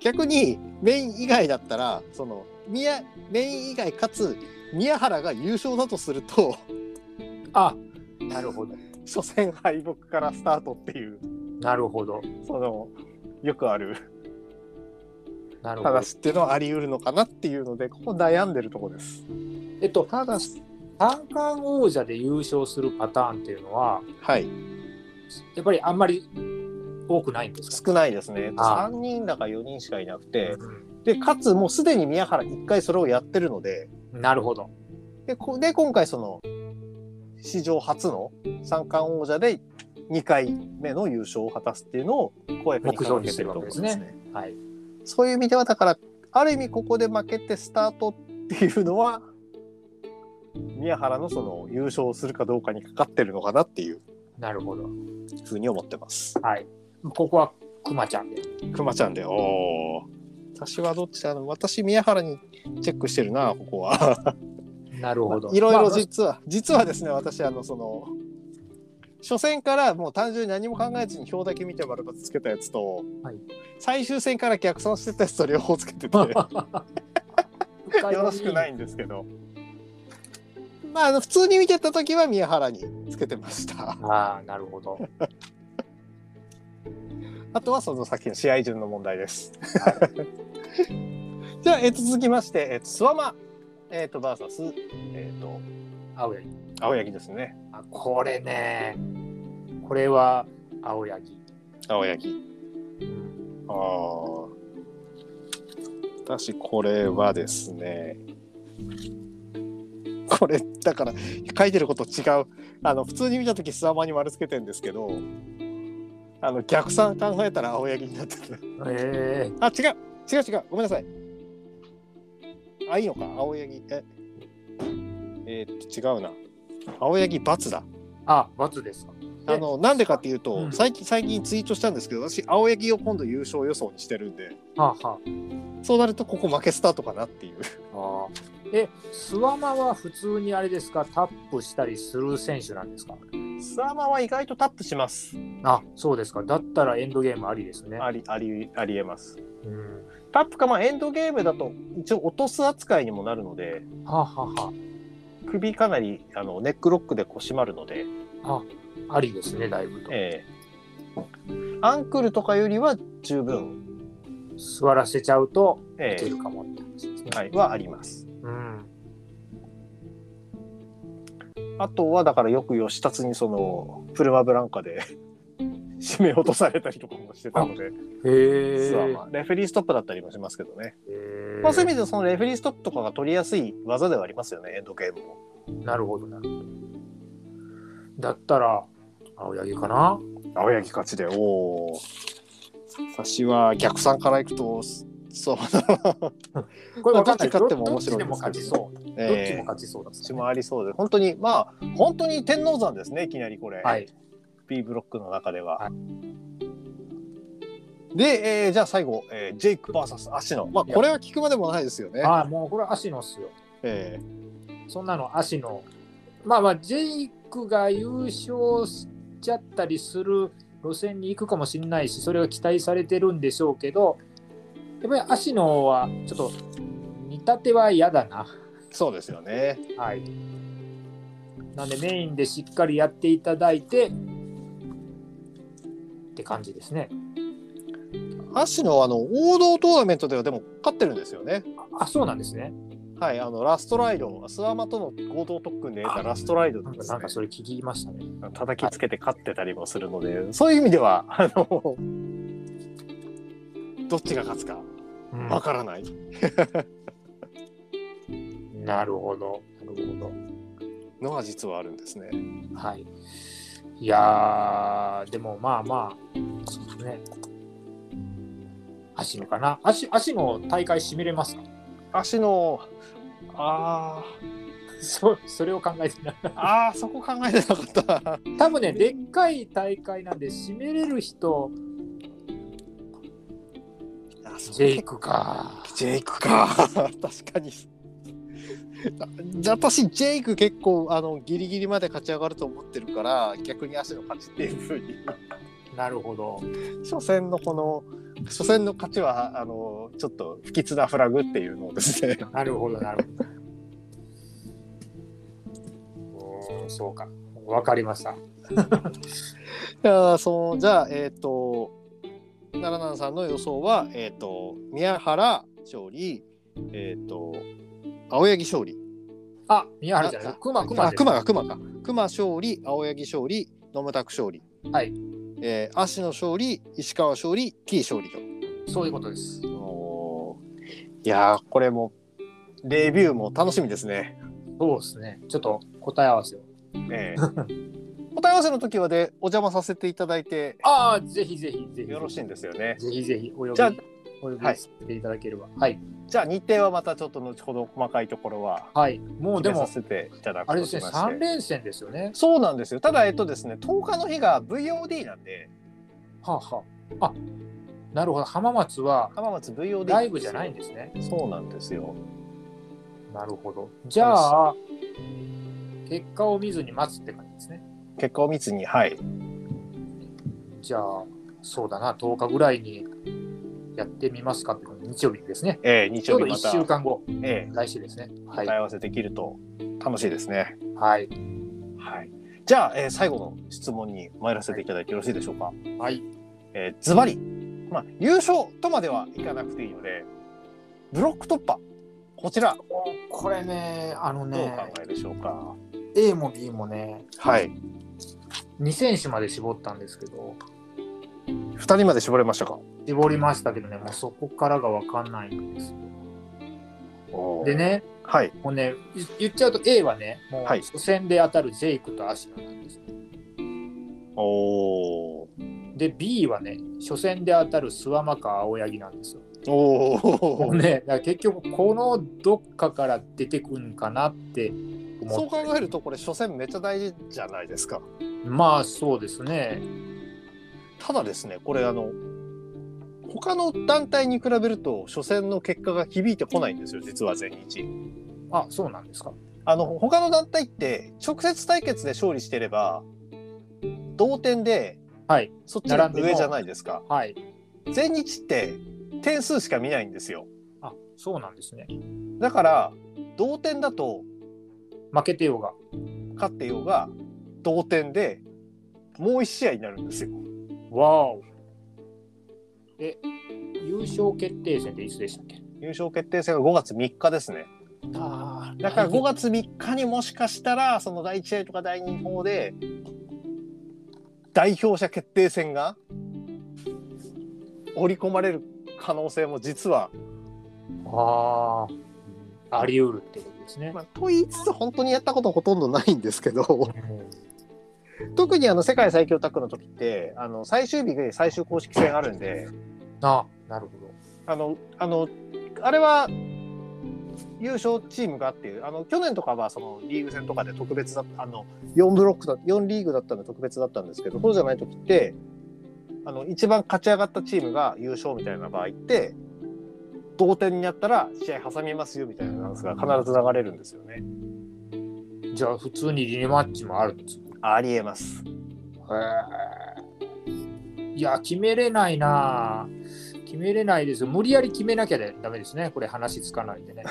逆にメイン以外だったらその宮メイン以外かつ宮原が優勝だとすると [laughs]
あなるほど
初戦敗北からスタートっていう
なるほど
そのよくある
なるほど
話っていうのはあり得るのかなっていうのでここ悩んでるとこです。
えっと
ただ
三冠王者で優勝するパターンっていうのは
はい
やっぱりあんまり多くないんですか
少ないですね
あ
3人だか4人しかいなくて
うん
でかつもうすでに宮原1回それをやってるので
なるほど。
でこで今回その史上初の三冠王者で2回目の優勝を果たすっていうのを公約に掲げてると思うんです
目標にしてる
ね。
わけですはい。
そういう意味ではだからある意味ここで負けてスタートっていうのは宮原のその優勝するかどうかにかかってるのかなっていう
なるほど。
ふうに思ってます。
はい。ここはくまちゃんで。
くまちゃんでおお私はどっちだろう私宮原にチェックしてるなここは
なるほど。
いろいろ
ま
実は、実はですね私あのその初戦からもう単純に何も考えずに表だけ見て丸×つけたやつと、
はい
最終戦から逆算してたやつと両方つけ
[laughs]
ててよ [laughs]
あ
ろしくない。んですけどまああの普通に見てた時は宮原につけてました
[laughs] ああ、なるほど。
あとはそのさっきの試合順の問題です。 [laughs] じゃあ、えっと続きまして、えっとスワマ、えっとバーサス、えっと
青柳。
青柳ですね。
あこれね。これは青柳。
青柳。
うん
ああ。私これはですね。これだから書いてること違う。あの普通に見た時スワマに丸つけてんですけど、あの逆算考えたら青柳になってる。
ええ
あ、違う違う違うごめんなさい。あ、いいのか青柳。え、えーっと、違うな。青柳×だ。
あ、罰ですか。
あの、なんでかっていうと、
うん
最近、最近ツイートしたんですけど、私、青柳を今度優勝予想にしてるんで、
はあ、は
そうなると、ここ負けスタートかなっていう。
あ。ああ。え、スワマは普通にあれですか、タップしたりする選手なんですか
スワマは意外とタップします。
あそうですか。だったらエンドゲームありですね。
り、あり、ありえます。
うん、
タップか、まあ、エンドゲームだと、一応落とす扱いにもなるので、
はあはあは
首かなり、あの、ネックロックでこしまるので、
ああありですねだいぶと、
ええアンクルとかよりは十分、
座らせちゃうとい
え
け
え
るかもって話ですね、
はい、はあります。
うん
あとはだからよく吉達にそのプルマブランカで [laughs] 締め落とされたりとかもしてたので、
へ
ツアー
え
はレフェリーストップだったりもしますけどね。
へ
まあ、そういう意味でそのレフェリーストップとかが取りやすい技ではありますよね、エンドゲームも。
ーなるほどなるほどだったら青柳かな
青柳勝ちで、おお。私は逆算からいくと、そう
こ
まあ
わかんな
どっ
い
ち勝っても面白い
どっちでも勝ちそう
どっ
どっちも勝ちそうだっ
ど
た
っちもありそうで、本当に、まあ、本当に天王山ですね、いきなりこれ。
はい。
B ブロックの中では。
は
で、えーじゃあ最後、えージェイク VS 足野。まあ、これは聞くまでもないですよね。
ああ、もうこれ足のっすよ。
え
そんなの足の。まあまあ、ジェイクが優勝しちゃったりする路線に行くかもしれないし、それが期待されてるんでしょうけど、やっぱり足のはちょっと見立ては嫌だな。
ーそうですよね。
はい。なんでメインでしっかりやっていただいて、って感じですね。
足野はあの王道トーナメントではでも勝ってるんですよね。
あ、そうなんですね。
はい、あのラストライド、諏訪間との合同特訓で得たラストライド
なん
で
か
す
なん
ね
か。それ聞きましたね。
叩きつけて勝ってたりもするので、そういう意味では、あの、どっちが勝つか
うん
わからない。
なるほど。なるほど。
のは実はあるんですね。
はい。いやー、でもまあまあ、そうですね。足野かな。足足の大会しびれますか [laughs]
足の、あ
そそれを考えてない。
あ、ああ、そこ考えてなかった。
多分ね、でっかい大会なんで、しめれる人、ジェイクか。
ジェイクか。確かに。じゃあ私ジェイク結構あのギリギリまで勝ち上がると思ってるから逆に足の勝ちっていうふうに
なるほど。
初戦のこの初戦の勝ちはあのちょっと不吉なフラグっていうのをですね
なるほど、なるほど。うーん、そうか。わかりました。
いやーそのじ [laughs] ゃあえっ、と奈良南さんの予想はえっ、と宮原勝利えっ、と青柳勝利
あ、宮原じゃない。熊、熊
あ
です。
熊が熊か熊勝利青柳勝利野村拓勝利
はい。
えー、足の勝利石川勝利 T 勝利
そういうことです。
といやーこれもレビューも楽しみですね。
そうですね。ちょっと答え合わせを。
ええ
[laughs]
答え合わせの時はでお邪魔させていただいて
ああ、ぜひぜひぜひ。
よろしいんですよね。
ぜひぜひお呼び
じゃあ
お呼び
はい
していただければ。はい。
じゃあ日程はまたちょっと後ほど細かいところは
はい。もう
決
で
めさ
も、
せていただく
あれ
と
で
し
す
ま
ね、
して
3連戦ですよね。
そうなんですよ。ただえっとですね10日の日が VOD なんで
はあ、はあ。あなるほど。浜松は
浜松 VOD
ライブじゃないんですね。
そうなんですよ。
なるほど。じゃあ、結果を見ずに待つって感じですね。
結果を密にはい
じゃあ、そうだな、10日ぐらいにやってみますかってことで日曜日ですね。
ええ日
ちょ
曜
うど
日
1
また
週間後、
ええ
来週ですね。は
答
い
え。合わせできると楽しいですね。
はい。
はい。じゃあ、えー最後の質問に参らせていただいてよろしいでしょうか。
はい。
えーズバリ、まあ、優勝とまではいかなくていいので、ブロック突破、こちら、
これね、あの
どうお
ね、
考えでしょうか。
A も B もね、
はい。
2選手まで絞ったんですけど、
2人まで絞れましたか。
絞りましたけどね、もうそこからがわかんないんです。で
でね。
ね、
はい。
もうね、い言っちゃうと A はね、もう
はい
初戦で当たるジェイクとアシナなんです。
おお。
で、B はね、初戦で当たる諏訪間か青柳なんですよ。
お
も
お
う。ね、だから結局、このどっかから出てくんかなって
そ
思
う
っ
考
て。
えると、これ、初戦めっちゃ大事じゃないですか。
まあそうですね。
ただですね、これ、あの、他の団体に比べると、初戦の結果が響いてこないんですよ、実は全日。
あ、そうなんですか。
あの他の団体って直接対決で勝利してれば同点で
はい。
そっちが
並んでも
上じゃないですか
はい。
全日って点数しか見ないんですよ
あ、そうなんですね。
だから同点だと
負けてようが。
勝ってようが同点でもう1試合になるんですよ。
わお。え、優勝決定戦っていつでしたっけ
優勝決定戦が5月3日ですね。
あ
だから5月3日にもしかしたらその第1試合とか第2報で代表者決定戦が織り込まれる可能性も実は、
ああ。あり得るってことですね。
まあ、と言いつつ本当にやったことほとんどないんですけど
うん
特にあの世界最強タッグの時ってあの最終日で最終公式戦あるんで
あ、なるほ
あのあのあれは優勝チームがっていうあの去年とかはそのリーグ戦とかで特別だあの4ブロックだ4リーグだったんで特別だったんですけどそうじゃない時ってあの一番勝ち上がったチームが優勝みたいな場合って同点になったら試合挟みますよみたいななんですが必ず流れるんですよね。
ど。じゃあ、普通にリマッチもあるんです。
ありえます。 [laughs]
へえ。いや、決めれないなあ。決めれないです。無理やり決めなきゃダメですね。これ話つかないんでね。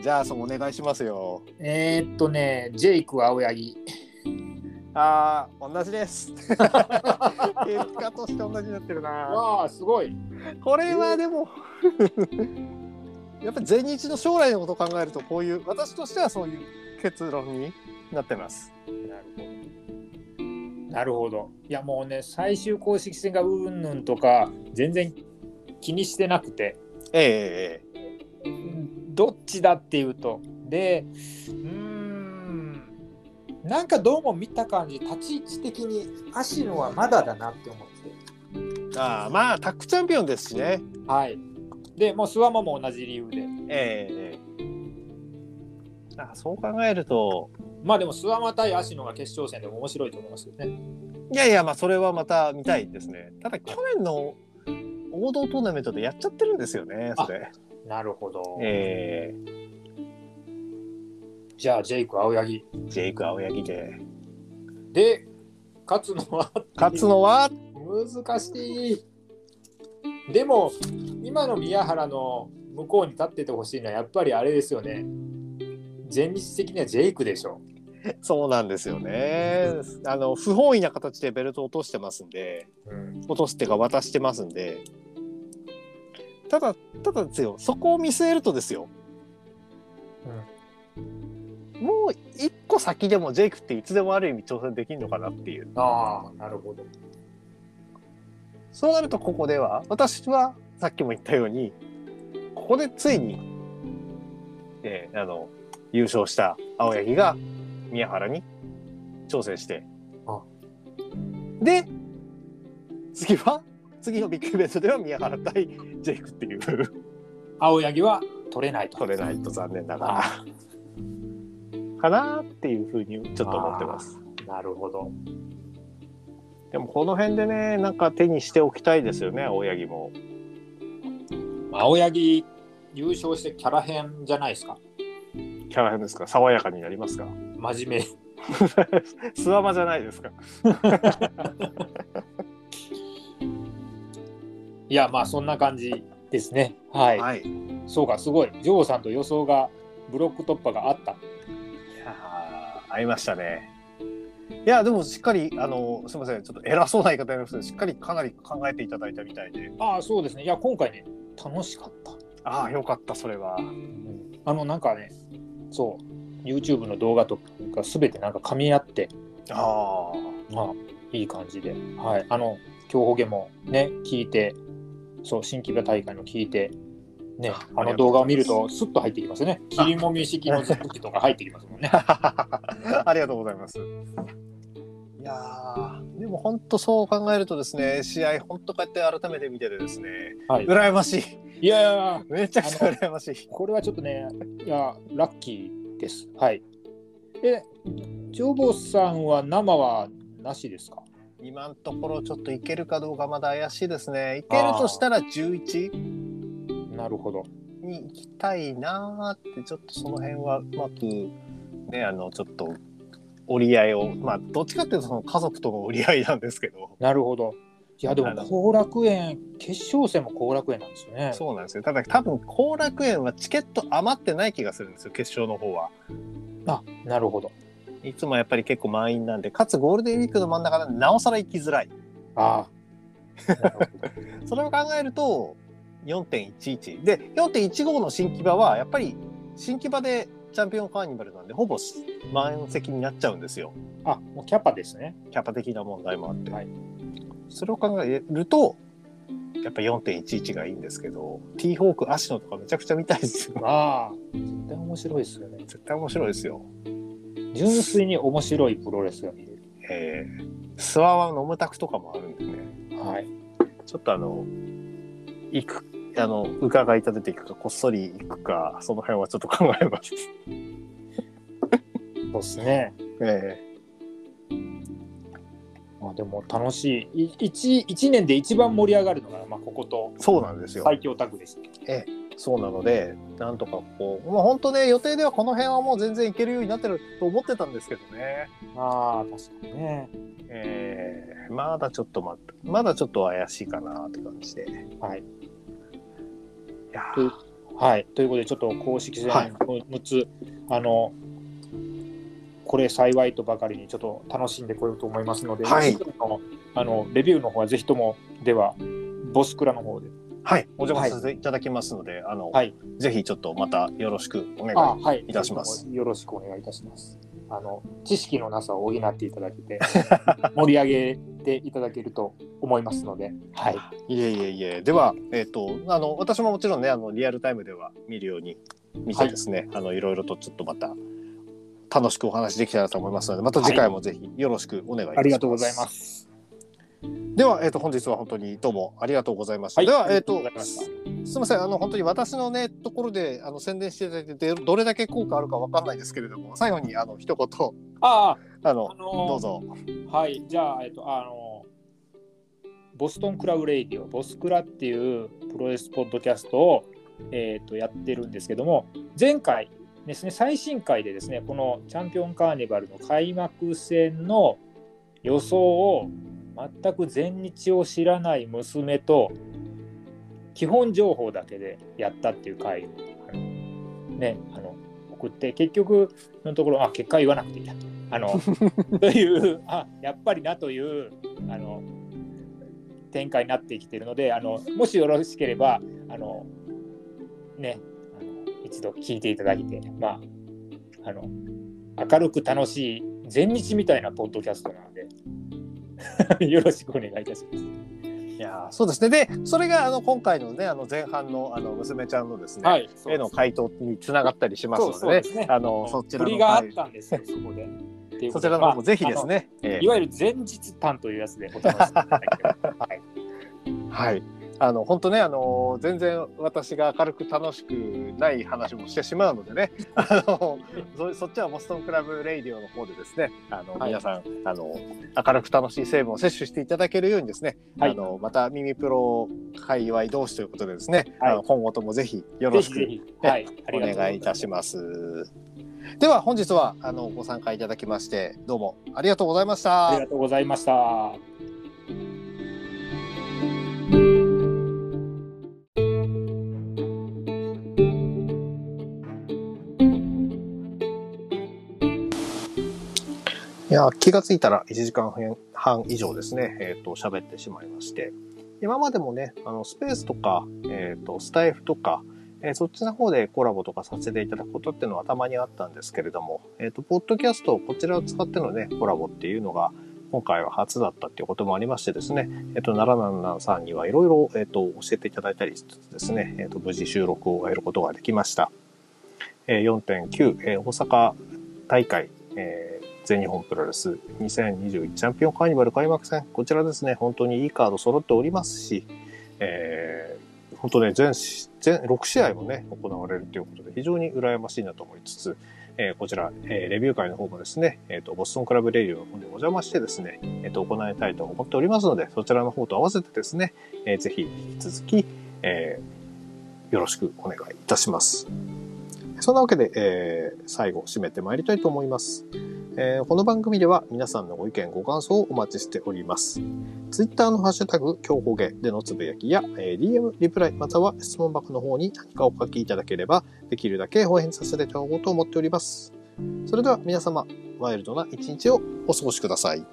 じゃあそのお願いしますよ。
えーっとね、ジェイク青柳。
ああ同じ [laughs] です。結果として同じになってるな。
わあ、すごい。
これはでも [laughs] やっぱり全日の将来のことを考えるとこういう私としてはそういう結論になってます。
なるほど。なるほど。いやもうね、最終公式戦がうんぬんとか、全然気にしてなくて、
ええ
うんどっちだっていうと、で、うーん、なんかどうも見た感じ、立ち位置的に足野はまだだなって思って。
ああまあタッグチャンピオンですしね。
はい。で、もう諏訪間も同じ理由で。
ええあそう考えると
まあでも諏訪間対足野が決勝戦でも面白いと思いますよね。
いやいやまあそれはまた見たいですね。ただ去年の王道トーナメントでやっちゃってるんですよねそれ。
なるほど。
え
じゃあ、ジェイク、青柳。
えジェイク青柳で
で、勝つのは
勝つのは
難しいでも今の宮原の向こうに立っててほしいのはやっぱりあれですよね前日的にはジェイクでしょ
そうなんですよね。あの不本意な形でベルトを落としてますんで。
うん、
落としてか渡してますんでただただですよそこを見据えるとですよ、もう一個先でもジェイクっていつでもある意味挑戦できるのかなっていう
ああなるほど
そうなるとここでは私はさっきも言ったようにここでついに、えーあの優勝した青柳が宮原に挑戦して
あ
で次は次のビッグイベントでは宮原対ジェイクっていう。
青柳は取れないと
取れないと残念ながら。かなっていうふうにちょっと思ってます。
なるほど
でもこの辺でね、なんか手にしておきたいですよね、青柳も。
青柳優勝してキャラ変じゃないですか
キャラ変ですか爽やかになりますか
真面目 [laughs]
[laughs] スワマじゃないですか
いやまあそんな感じですねはい、
い。
そうかすごいジョーさんと予想がブロック突破があった
いやー合いましたね。いや、でもしっかり、あの、すみません、ちょっと偉そうな言い方になりますけど、しっかりかなり考えていただいたみたいで、
ああそうですねいや今回ね楽しかった
ああ、よかった、それは。
あのなんかね、そう、YouTube の動画とかすべてなんか噛み合って、
あ
[laughs] まあ、いい感じで、はい、あの、競歩ゲもね、聞いて、そう、新規場大会の聞いて、ね、あの動画を見ると、スッと入ってきますよね。切りもみ式の時とか入ってきますもん [laughs] ね。
あ。ありがとうございます。いやーでも本当そう考えるとですね、試合本当こうやって改めて見ててですね、
はい、
羨ましい。
いやいやいや、
めちゃくちゃ羨ましい。
これはちょっとね、いや、ラッキーです。はい。え、ジョボさんは生はなしですか
今のところちょっといけるかどうかまだ怪しいですね。いけるとしたら11
なるほど。
に行きたいなーって、ちょっとその辺はうまく、ね、あの、ちょっと折り合いを、まあ、どっちかっていうとその家族との折り合いなんですけど、
なるほど。いやでも
なる
後楽園決勝戦も後楽園なんですよね。
そうなんですよ。ただ多分、後楽園はチケット余ってない気がするんですよ、決勝の方は。
あなるほど。
いつもやっぱり結構満員なんで、かつゴールデンウィークの真ん中なんで、なおさら行きづらい。
あ
それを考えると、4.11。で、4.15の新木場は、やっぱり新木場でチャンピオンカーニバルなんで、ほぼ満席になっちゃうんですよ。
あ。あ、もうキャパですね。
キャパ的な問題もあって。
はい
それを考えると、やっぱ4.11がいいんですけど、T ホーク、アシノとかめちゃくちゃ見たいですよ。 [laughs]
ああ、絶対面白いですよね。
絶対面白いですよ。
純粋に面白いプロレスが見れる。
えー、スワワのムタクとかもあるんでね、
はい。
ちょっとあの、行く、あの、伺い立てていくか、こっそり行くか、その辺はちょっと考えます。 [laughs]
そうですね。
え
まあでも楽しい。い一一年で一番盛り上がるのが、まあここと
ーそうなんですよ。
最強タッグですね。
そうなので、なんとかこう、まあ本当ね、予定ではこの辺はもう全然行けるようになってると思ってたんですけどね。
ああ、確かにね。
えー、まだちょっと待って、まだちょっと怪しいかなって感じで。い
はい。
や
というはい。ということで、ちょっと公式戦
はい
6つ、あの、これ幸いとばかりにちょっと楽しんでこようと思いますので、
はい
次のあのレビューの方はぜひとも、では、ボスクラの方で。
はい、お邪魔させていただきますので、あの、
はい
ぜひちょっとまたよろしくお願い
あはい、
いたします。
よろしくお願いいたします。あの知識のなさを補っていただけて [laughs] 盛り上げていただけると思いますので、はい、
いえいえいえ、では、えっ、と、あの、私ももちろんね、あの、リアルタイムでは見るように見てですね、い、あの、いろいろとちょっとまた、楽しくお話できたらと思いますので、また次回もぜひよろしくお願いいたします。。
ありがとうございますす。
では、えっ、と、本日は本当にどうもありがとうございました。
はい
では、
あり
えっ、
がとう
と
ございました、
すみません、あの、本当に私のね、ところで、あの、宣伝していただいて、でどれだけ効果あるかわかんないですけれども、最後に、あの、一言、
あ
あ
あ、
の
あ、のー
どうぞ。
はい、じゃあ、えっと、あのーボストンクラブレイディオ、ボスクラっていうプロレスポッドキャストを、えっとやってるんですけども、前回ですね、最新回でですね、このチャンピオンカーニバルの開幕戦の予想を全く全日を知らない娘と基本情報だけでやったっていう回をあのねあの送って結局のところあ結果言わなくていいやあのというあやっぱりなというあの展開になってきてるのであのもしよろしければあのねあの一度聞いていただいてまああの明るく楽しい全日みたいなポッドキャストなので [laughs] よろしくお願いいたします。
いやーそうですね。で、それがあの今回のね、あの前半のあの娘ちゃんのですね、
はい、
絵の回答につながったりしますのでね、
そうそうですね
あのそちら
振
の
りがあっ
回
たんですよ、そこで。っていうこ
そ
と
ちらの方もぜひです。
まあ
ね、
あ
え
のい
え
わゆる前日短というやつでお楽しみいただけ
[laughs]
ればはい
はい。あの本当ね、あの全然私が明るく楽しくない話もしてしまうので
[laughs]
ね、あのそそっちはボストンクラブレイディオの方でですね、あの、
はい
皆さんあの明るく楽しい成分を摂取していただけるようにですね、
はい
あのまた耳プロ界隈同士ということでですね、
はい
あの今後ともぜひよ
ぜ
ろし
ひ
く
ぜひ。はい、あり
お
がとうござ
願いいたします。では本日はあのご参加いただきましてどうもありがとうございまし
あ
た
り。がとうございました。
いや気がついたら1時間半以上ですね、えっと喋ってしまいまして今までもねあのスペースとか、えっとスタイフとか、えーそっちの方でコラボとかさせていただくことっていうのはたまにあったんですけれども、えっとポッドキャストこちらを使ってのねコラボっていうのが今回は初だったっていうこともありましてですね、えっ、と、奈良南南さんにはいろいろ、えっ、と、教えていただいたりしつつですね、えっ、と、無事収録を終えることができました。えー4.9、えー大阪大会、えー全日本プロレス2021チャンピオンカーニバル開幕戦、こちらですね、本当にいいカード揃っておりますし、えー本当ね、全し、全6試合もね、行われるということで、非常に羨ましいなと思いつつ、えーこちら、えーレビュー会の方もですね、えっ、と、ボストンクラブレイディオの方にお邪魔してですね、えっ、と、行いたいと思っておりますので、そちらの方と合わせてですね、えーぜひ引き続き、えーよろしくお願いいたします。そんなわけで、えー最後、締めてまいりたいと思います、えーこの番組では皆さんのご意見、ご感想をお待ちしております。Twitter のハッシュタグ、強方言でのつぶやきや、えー DM、リプライ、または質問箱の方に何かお書きいただければ、できるだけ応援させていただこうと思っております。それでは皆様、ワイルドな一日をお過ごしください。